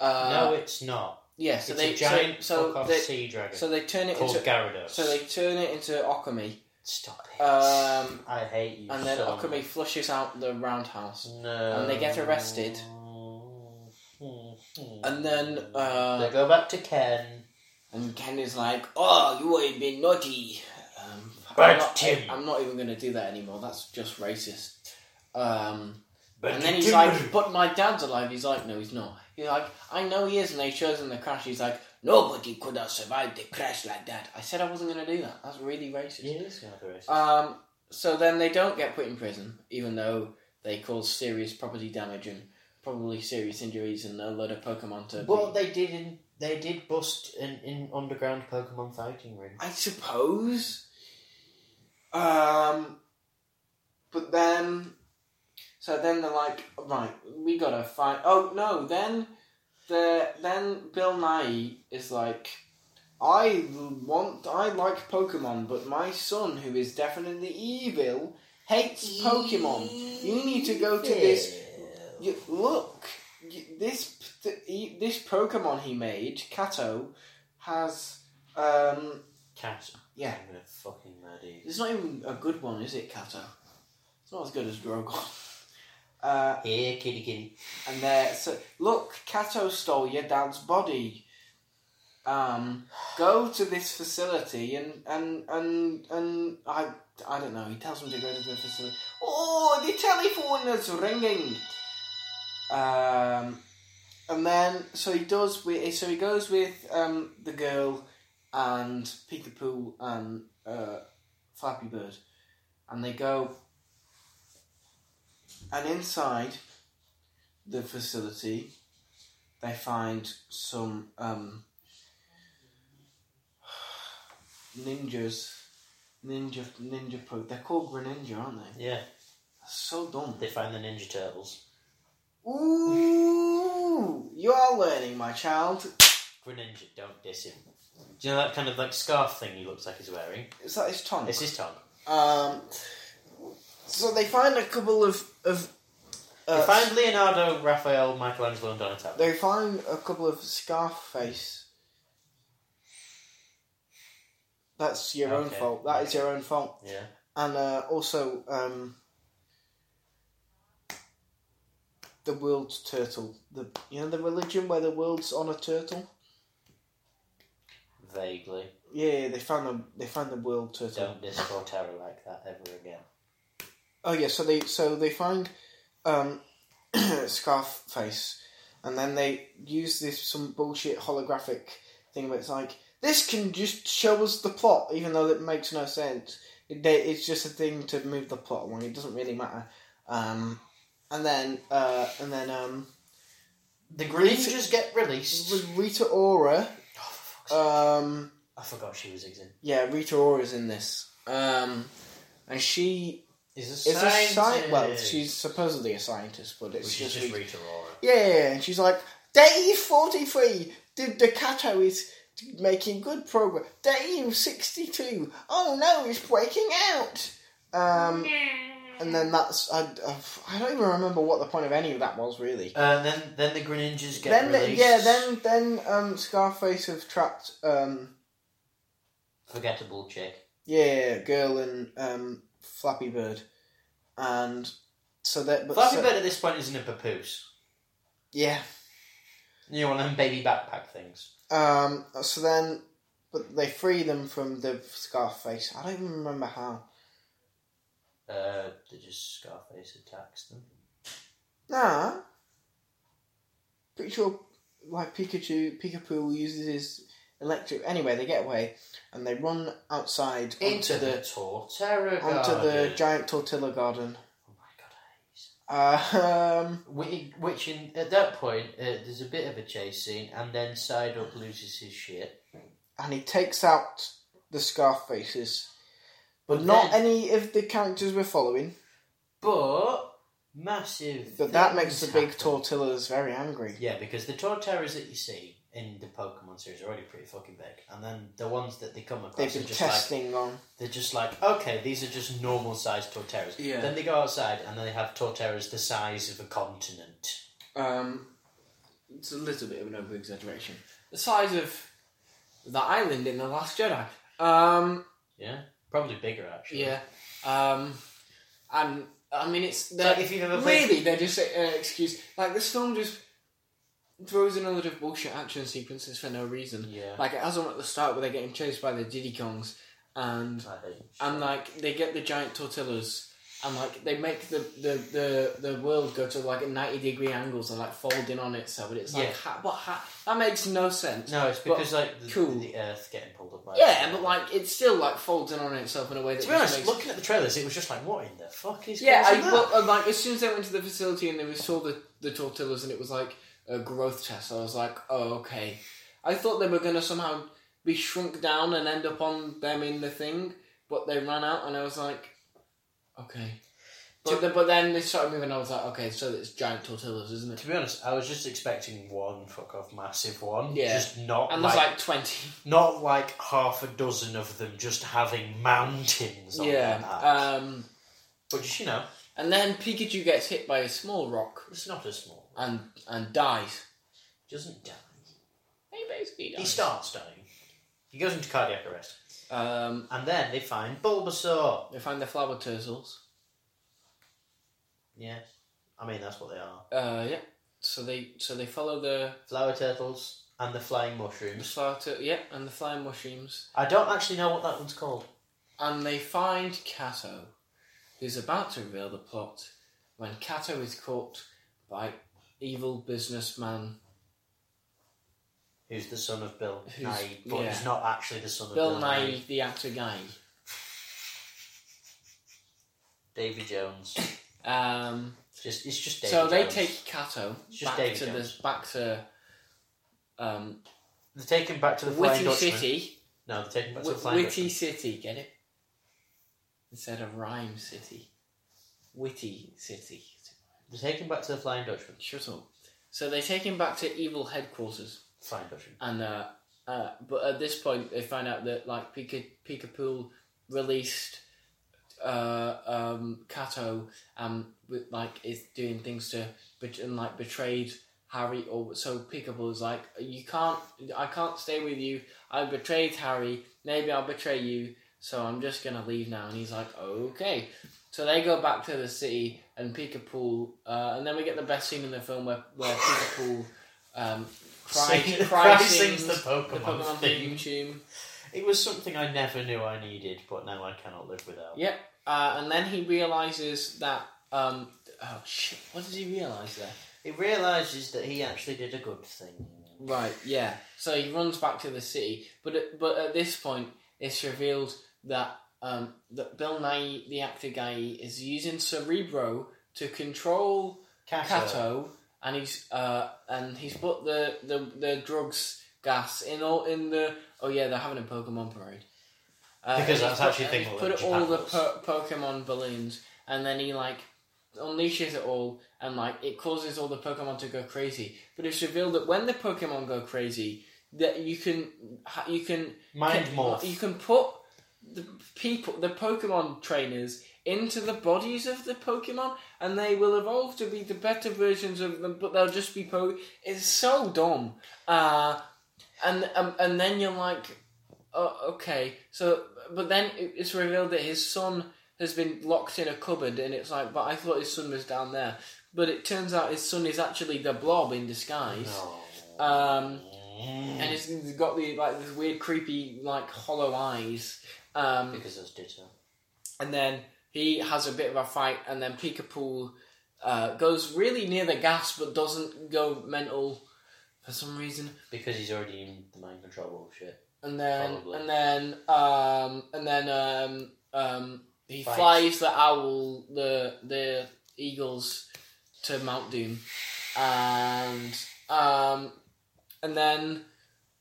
S1: Uh,
S2: no, it's not.
S1: yeah. So
S2: it's
S1: they
S2: a giant
S1: so, so
S2: fuck-off
S1: they
S2: sea dragon
S1: so they turn it
S2: called
S1: into
S2: Gyarados.
S1: so they turn it into Okomi,
S2: Stop it.
S1: um,
S2: I hate you
S1: and then
S2: so
S1: Okomi
S2: much.
S1: flushes out the roundhouse.
S2: No.
S1: and they get arrested. And then, uh,
S2: they go back to Ken.
S1: And Ken is like, "Oh, you have been naughty." Um,
S2: Bad
S1: I'm not,
S2: Tim.
S1: I'm not even going to do that anymore. That's just racist. Um,
S2: But
S1: and then he's like, "But my dad's alive." He's like, "No, he's not." He's like, "I know he is," and they shows him the crash. He's like, "Nobody could have survived the crash like that." I said I wasn't going to do that. That's really racist. Um, so then they don't get put in prison, even though they cause serious property damage and probably serious injuries and a load of Pokemon to.
S2: Well,
S1: be-
S2: they did in They did bust an in underground Pokemon fighting ring.
S1: I suppose. Um, but then, so then they're like, right, we gotta fight. Oh no, then the then Bill Nye is like, I want, I like Pokemon, but my son, who is definitely evil,
S2: E-
S1: hates Pokemon. You need to go to this-
S2: Evil.
S1: You, look, y- this p- he- this Pokemon he made, Kato, has um,
S2: Cat.
S1: yeah,
S2: I'm gonna fucking murder you.
S1: It's not even a good one, is it, Kato? It's not as good as Drogon. Uh,
S2: Here, kitty kitty.
S1: and there, so look, Kato stole your dad's body. Um, go to this facility and and and and I I don't know. He tells him to go to the facility. Oh, the telephone is ringing. Um, and then so he does with so he goes with um the girl and Peekapoo and uh, Flappy Bird, and they go. And inside the facility, they find some um, ninjas, ninja, ninja pro. They're called Greninja, aren't they?
S2: Yeah,
S1: So dumb.
S2: they find the Ninja Turtles.
S1: Ooh, you are learning, my child.
S2: Greninja, don't diss him. Do you know that kind of like scarf thing he looks like he's wearing?
S1: Is that his tongue?
S2: It's his tongue.
S1: Um, so they find a couple of of.
S2: They
S1: Uh,
S2: find Leonardo, Raphael, Michelangelo, and Donatello.
S1: they find a couple of Scarface. That's your own
S2: Okay.
S1: fault. That is your own fault.
S2: Yeah.
S1: And uh, also, um, the world's turtle. The you know the religion where the world's on a turtle.
S2: Vaguely.
S1: Yeah, yeah, they found the they found the world turtle.
S2: Don't diss Forterra like that ever again.
S1: Oh yeah, so they so they find um, Scarface, and then they use this some bullshit holographic thing where it's like this can just show us the plot, even though it makes no sense. It, they, it's just a thing to move the plot along. It doesn't really matter. Um, and then uh, and then um,
S2: The
S1: Greninjas
S2: Greninjas get released.
S1: Rita Ora.
S2: Oh, for fuck's sake.
S1: Um,
S2: I forgot she was existing.
S1: yeah, Rita Ora is in this, um, and she
S2: Is a
S1: is a
S2: scientist.
S1: scientist. Well, she's supposedly a scientist, but it's
S2: Which
S1: just
S2: is
S1: Rita
S2: just Rita Ora.
S1: Yeah, yeah, yeah, and she's like, day 43, the, the Kato is making good progress. Day 62, oh no, it's breaking out. Um, and then that's, I, I don't even remember what the point of any of that was, really.
S2: Uh, then, then the Greninjas get
S1: Then, the,
S2: released.
S1: yeah, then, then, um, Scarface have trapped, um,
S2: forgettable chick.
S1: yeah, girl and, um, Flappy Bird. And so that, but,
S2: Flappy
S1: so-
S2: Bird at this point is in a papoose.
S1: yeah.
S2: You know, one of them baby backpack things.
S1: Um, so then, but they free them from the Scarface. I don't even remember how.
S2: Uh, they just Scarface attacks them.
S1: Nah. Pretty sure, like, Pikachu, Pikapoo uses his electric. Anyway, they get away and they run outside onto the,
S2: Torterra
S1: onto the
S2: Garden.
S1: giant tortilla garden.
S2: Oh my god, I hate you
S1: Uh, um,
S2: so much. Whi- Which, in, at that point, uh, there's a bit of a chase scene, and then Psyduck loses his shit.
S1: and he takes out the Scarfaces. But
S2: But
S1: not
S2: then-
S1: any of the characters we're following.
S2: But, massive.
S1: But that
S2: things
S1: makes the big
S2: happen.
S1: tortillas very angry.
S2: Yeah, because the Torterras that you see in the Pokemon series are already pretty fucking big, and then the ones that they come across
S1: They've
S2: are
S1: been
S2: just like
S1: testing on.
S2: They're just like, okay, these are just normal sized torteras.
S1: Yeah.
S2: Then they go outside and they have torteras the size of a continent.
S1: Um, it's a little bit of an over exaggeration. The size of the island in The Last Jedi. Um,
S2: Yeah? Probably bigger actually.
S1: yeah. Um, and I mean, it's
S2: It's like
S1: they're,
S2: if you've ever played
S1: really they're just an excuse. Like this film just throws in a lot of bullshit action sequences for no reason.
S2: Yeah.
S1: Like it has them at the start where they're getting chased by the Diddy Kongs, and
S2: I hate you.
S1: and like they get the giant tortillas and like they make the the, the, the world go to like a 90 degree angles and like fold in on itself but it's like
S2: Yeah.
S1: ha, what ha, that makes no sense
S2: No, it's
S1: But-
S2: because like the,
S1: cool.
S2: the earth getting pulled up by
S1: yeah but like it still like folds in on itself in a way that
S2: To be
S1: just
S2: honest,
S1: makes
S2: looking at the trailers, it was just like, what in the fuck is
S1: yeah I,
S2: causing that?
S1: well, uh, like as soon as I went to the facility and they saw the, the tortillas and it was like a growth test I was like oh okay I thought they were going to somehow be shrunk down and end up on them in the thing, but they ran out, and I was like, okay. But, the, but then they started moving, and I was like, okay, so it's giant tortillas, isn't it?
S2: To be honest, I was just expecting one fuck off massive one.
S1: Yeah.
S2: Just not
S1: And
S2: like,
S1: there's like 20.
S2: not like half a dozen of them just having mountains on their
S1: Yeah.
S2: back.
S1: Um,
S2: but just you know,
S1: and then Pikachu gets hit by a small rock
S2: it's not a small one.
S1: and and dies.
S2: He doesn't die.
S1: He basically dies.
S2: He starts dying. He goes into cardiac arrest.
S1: Um,
S2: And then they find Bulbasaur.
S1: they find the flower turtles.
S2: Yeah. I mean that's what they are.
S1: Uh, yeah. So they so they follow the
S2: Flower turtles and the flying mushrooms.
S1: flower tur- yeah, and the flying mushrooms,
S2: I don't actually know what that one's called.
S1: and they find Kato, who's about to reveal the plot when Kato is caught by evil businessman
S2: Who's the son of Bill
S1: Who's-
S2: Nye, but
S1: yeah.
S2: he's not actually the son of Bill,
S1: Bill Nye, the actor guy.
S2: Davy Jones.
S1: Um,
S2: Just it's just Davy
S1: so they
S2: Jones.
S1: take Kato
S2: It's just
S1: back
S2: Davy
S1: to
S2: Jones.
S1: the back to um,
S2: they take him back to the
S1: Witty
S2: Flying Dutchman.
S1: City.
S2: No, they take him back to the
S1: Witty
S2: Flying Dutchman.
S1: City, get it? Instead of Rhyme City. Witty City.
S2: They take him back to the Flying Dutchman.
S1: Shut up. So they take him back to evil headquarters,
S2: Flying Dutchman.
S1: and uh, uh, but at this point they find out that like Pika Pikapool released uh, um, Kato um, with, like is doing things to bet- and like betrayed Harry or so Pikapool is like you can't I can't stay with you I betrayed Harry maybe I'll betray you so I'm just gonna leave now and he's like okay so they go back to the city and Pikapool uh, and then we get the best scene in the film where where Pikapool um, cry,
S2: Sing-
S1: cry
S2: Cry sings
S1: sings
S2: the Pokemon theme.
S1: tune.
S2: It was something I never knew I needed, but now I cannot live without.
S1: Yep. Uh, and then he realizes that. Um, oh shit! What does he realize there?
S2: He realizes that he actually did a good thing.
S1: Right. Yeah. So he runs back to the city, but at, but at this point, it's revealed that um, that Bill Nye, the actor guy, is using Cerebro to control
S2: Kato.
S1: Kato, and he's uh, and he's put the, the, the drugs gas in all in the oh yeah they're having a Pokemon parade uh,
S2: Because
S1: and
S2: that's
S1: he's
S2: actually a
S1: put, and
S2: thing
S1: he's
S2: that
S1: put all
S2: Japan
S1: the
S2: does.
S1: po- Pokemon balloons and then he like unleashes it all and like it causes all the Pokemon to go crazy. But it's revealed that when the Pokemon go crazy, that you can ha- you can
S2: Mind
S1: can-
S2: morph.
S1: you can put the people the Pokemon trainers into the bodies of the Pokemon and they will evolve to be the better versions of them. But they'll just be po. It's so dumb. Uh, and um, and then you're like, oh, okay. So, but then it- it's revealed that his son has been locked in a cupboard, and it's like, but I thought his son was down there. But it turns out his son is actually the blob in disguise.
S2: No.
S1: Um, and it's it's got the like this weird, creepy, like hollow eyes. Um,
S2: because that's ditto.
S1: and then he has a bit of a fight, and then Pikapool uh, goes really near the gas, but doesn't go mental for some reason.
S2: Because he's already in the mind control bullshit.
S1: and then
S2: Probably.
S1: and then um and then um um he
S2: Fights.
S1: flies the owl the the eagles to Mount Doom and um and then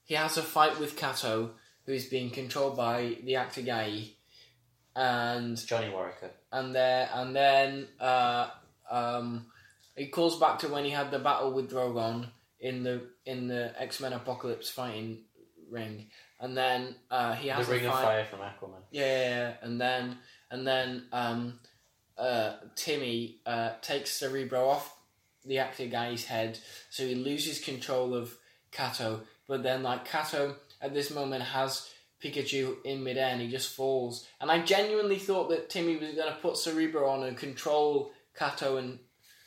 S1: he has a fight with Kato who's being controlled by the actor guy and
S2: It's Johnny Warwicker.
S1: and there and then uh, um, it calls back to when he had the battle with Drogon in the in the X Men Apocalypse fighting ring, and then uh, he has
S2: The
S1: a
S2: Ring of
S1: fight.
S2: Fire from Aquaman.
S1: Yeah, yeah, yeah, and then and then um, uh, Timmy uh, takes Cerebro off the actor guy's head, so he loses control of Kato. But then, like Kato, at this moment has Pikachu in midair, and he just falls. And I genuinely thought that Timmy was going to put Cerebro on and control Kato and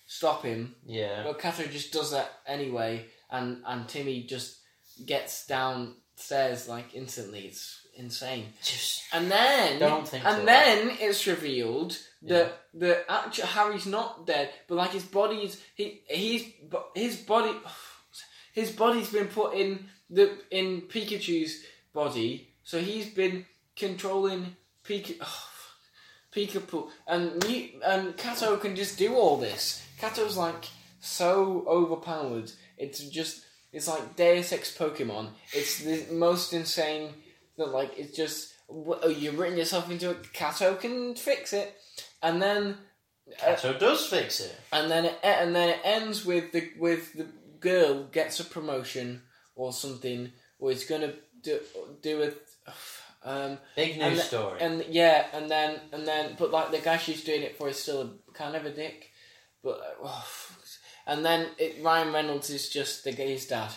S1: stop him,
S2: Yeah.
S1: but Kato just does that anyway, and and Timmy just gets downstairs like instantly. It's insane.
S2: Just
S1: And then,
S2: Don't think
S1: and
S2: so.
S1: then it's revealed that that actually Harry's not dead, but like his body's he he's bo- his body his body's been put in the in Pikachu's body, so he's been controlling Pika oh, Pikachu, and me and Kato can just do all this. Kato's like so overpowered. It's just It's like Deus Ex Pokemon. It's the most insane that like it's just wh- oh you've written yourself into it. Kato can fix it, and then uh,
S2: Kato does fix it.
S1: and then it, e- and then it ends with the with the girl gets a promotion or something or is gonna do do a um
S2: Big
S1: and
S2: news
S1: the-
S2: story.
S1: and yeah and then and then but like the guy she's doing it for is still a, kind of a dick but uh, oh, fuck's- and then it, Ryan Reynolds is just the gay's dad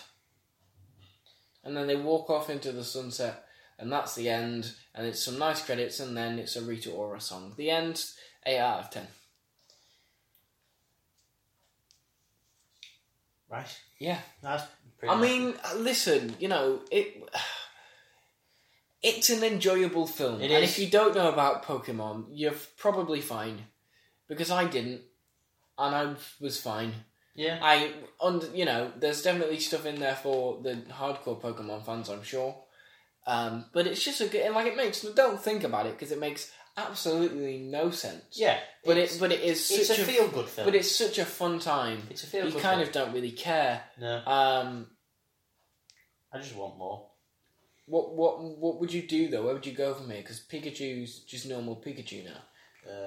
S1: and then they walk off into the sunset and that's the end and it's some nice credits and then it's a Rita Ora song the end 8 out of 10
S2: right.
S1: yeah
S2: That's pretty
S1: I
S2: much-
S1: mean, uh, listen, you know, it it's an enjoyable film.
S2: It
S1: and
S2: is.
S1: if you don't know about Pokemon, you're f- probably fine. Because I didn't and I was fine.
S2: yeah.
S1: I on you know, there's definitely stuff in there for the hardcore Pokemon fans, I'm sure. Um, but it's just a good and like it makes don't think about it because it makes absolutely no sense.
S2: Yeah.
S1: But
S2: it's,
S1: it but it is
S2: it's
S1: such
S2: a feel good film.
S1: but it's such a fun time.
S2: it's a feel
S1: You
S2: good.
S1: kind
S2: film.
S1: of don't really care.
S2: no.
S1: Um,
S2: I just want more.
S1: What what what would you do though? Where would you go from here? Because Pikachu's just normal Pikachu now.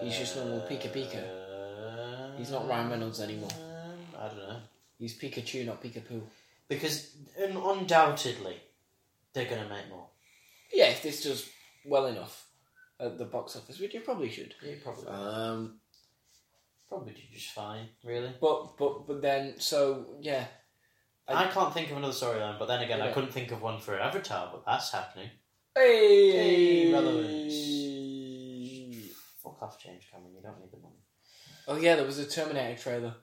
S1: He's just normal Pika
S2: Pika.
S1: He's not Ryan Reynolds anymore.
S2: Uh, um, I don't know.
S1: He's Pikachu, not Pikapoo.
S2: Because un- undoubtedly, they're going to make more.
S1: Yeah, if this does well enough at the box office, which it probably should.
S2: Yeah, probably.
S1: Um,
S2: Uh, probably do just fine, really.
S1: but but but then so yeah, I-
S2: I, can't think of another storyline, but then again, I
S1: Yeah.
S2: couldn't think of one for Avatar, but that's happening.
S1: hey,
S2: relevance. Fuck off, James Cameron, you don't need the money.
S1: Oh yeah, there was a Terminator trailer.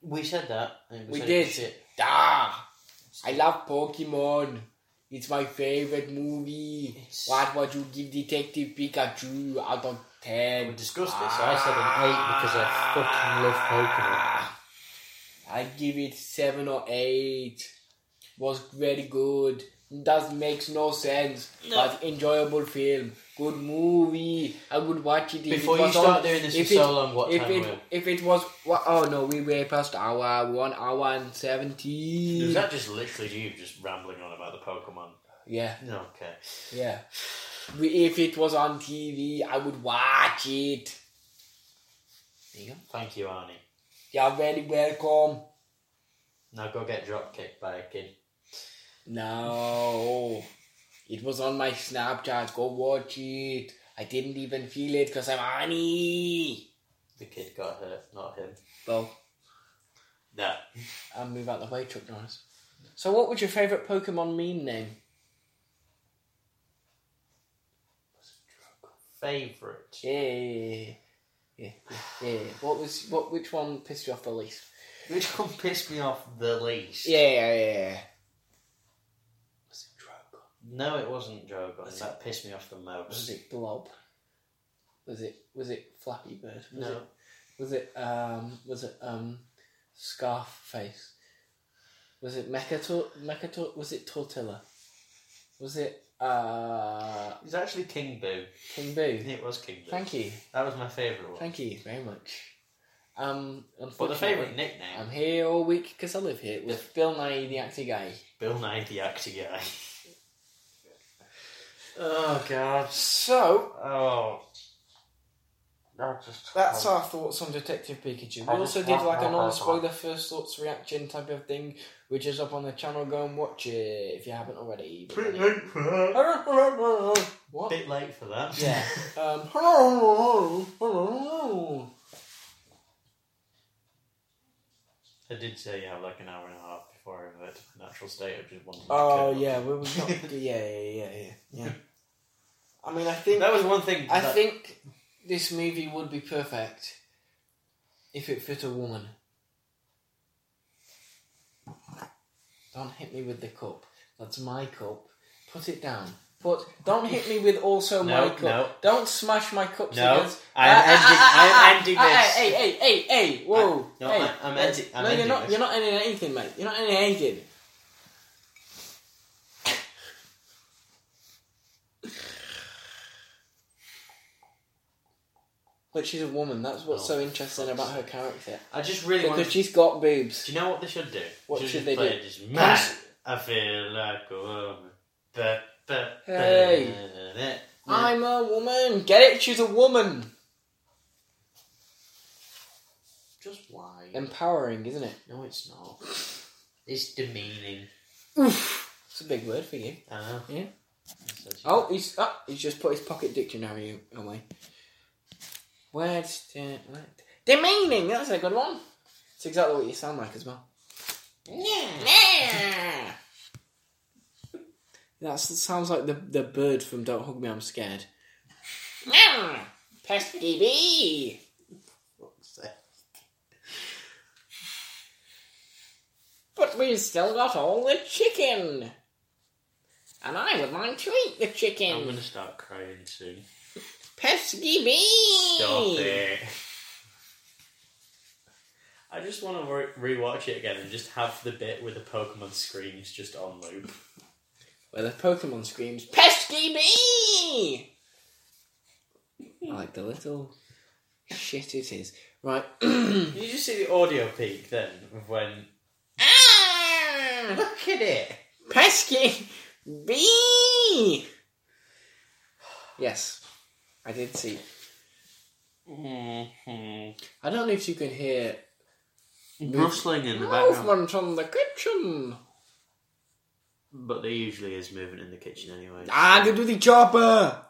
S2: We said that. and
S1: We
S2: said
S1: did.
S2: it's shit.
S1: Da! I love Pokemon. It's my favorite movie.
S2: It's-
S1: What would you give Detective Pikachu out of ten?
S2: We discussed this. I said an eight because I
S1: Ah.
S2: fucking love Pokemon.
S1: I give it seven or eight. Was very good. Does makes no sense,
S2: No.
S1: but enjoyable film. Good movie. I would watch it if
S2: Before
S1: it
S2: you
S1: was
S2: start
S1: on-
S2: doing this for
S1: if it-
S2: so long, what
S1: if
S2: time
S1: it
S2: will?
S1: if it was wha- oh no, we way past hour one hour and seventeen.
S2: Is that just literally you just rambling on about the Pokemon?
S1: yeah,
S2: No, okay.
S1: yeah. We, if it was on TV, I would watch it. There you go.
S2: Thank you, Arnie.
S1: You're very welcome.
S2: Now go get drop kicked by a kid.
S1: No. It was on my Snapchat. Go watch it. I didn't even feel it because I'm Annie.
S2: The kid got hurt, not him.
S1: Well,
S2: No.
S1: I'll move out the way, Chuck Norris. So, what would your favourite Pokemon meme name?
S2: Favorite.
S1: Yeah. Yeah, yeah, yeah. What was what? Which one pissed you off the least?
S2: Which one pissed me off the least?
S1: Yeah, yeah, yeah, yeah.
S2: Was it Drogon? No, it wasn't Drogon. that pissed me off the most.
S1: Was it Blob? Was it was it Flappy Bird? Was
S2: No.
S1: It, was it um was it um Scarface? Was it Mechator Mechator was it Tortilla? Was it uh
S2: It's actually King Boo.
S1: King Boo?
S2: It was King Boo.
S1: Thank you.
S2: That was my favourite one.
S1: Thank you very much. Um
S2: but the
S1: unfortunately,
S2: favourite nickname,
S1: I'm here all week because I live here with Bill Nye the actor guy.
S2: Bill Nye the actor guy. oh god.
S1: So
S2: Oh. I just
S1: That's our thoughts on Detective Pikachu. We also did like a non-spoiler first thoughts reaction type of thing, which is up on the channel. Go and watch it if you haven't already. uh,
S2: bit late for that.
S1: What?
S2: Bit late for that.
S1: Oh. Yeah. uh, Um,
S2: I did say yeah, like an hour and a half before I reverted to my natural state. I just wanted. to
S1: oh
S2: go.
S1: yeah, we were not. Yeah, yeah, yeah, yeah. yeah. I mean, I think
S2: That was one thing.
S1: I
S2: that-
S1: think this movie would be perfect if it fit a woman. Don't hit me with the cup. That's my cup. Put it down. Put. Don't hit me with also
S2: No,
S1: my cup.
S2: no.
S1: Don't smash my cups
S2: No,
S1: against.
S2: I am
S1: Ah, ah,
S2: ending-
S1: ah,
S2: I am
S1: ah, ah,
S2: ending
S1: ah,
S2: this.
S1: Hey, hey, hey, hey! hey, Whoa!
S2: I- no,
S1: hey,
S2: I- I'm
S1: let's-
S2: endi- I'm
S1: no, you're
S2: ending
S1: not.
S2: this.
S1: You're not ending anything, mate. You're not ending anything. But she's a woman. That's what's
S2: Oh,
S1: so interesting about her character
S2: I just really wanted.
S1: because she's got
S2: Do
S1: boobs.
S2: you know what they should do?
S1: What
S2: They
S1: should they
S2: play
S1: do?
S2: it Just, man, I feel like a woman. Ba, ba, ba,
S1: Hey.
S2: da, da, da.
S1: I'm a woman. Get it? She's a woman.
S2: Just why?
S1: Empowering, isn't it?
S2: No, it's not. It's demeaning. Uh,
S1: It's a big word for you.
S2: I know.
S1: Yeah.
S2: That's-
S1: Oh, he's ah, he's just put his pocket dictionary away. Where's the what? demeaning? That's a good one. It's exactly what you sound like as well.
S2: Yeah.
S1: That sounds like the the bird from Don't Hug Me, I'm Scared. Pesky bee. But we've still got all the chicken. And I would like to eat the chicken.
S2: I'm gonna start crying soon.
S1: Pesky bee.
S2: Stop it. I just want to re- rewatch it again and just have the bit where the Pokemon screams just on loop.
S1: Where the Pokemon screams, Pesky bee. I like the little shit it is. Right.
S2: Did you just see the audio peak then of when?
S1: Ah!
S2: Look at it.
S1: Pesky bee. Yes, I did see.
S2: Mm-hmm.
S1: I don't know if you can hear
S2: Rustling in the background,
S1: movement on the kitchen.
S2: but there usually is movement in the kitchen anyway.
S1: Ah, I can do the chopper.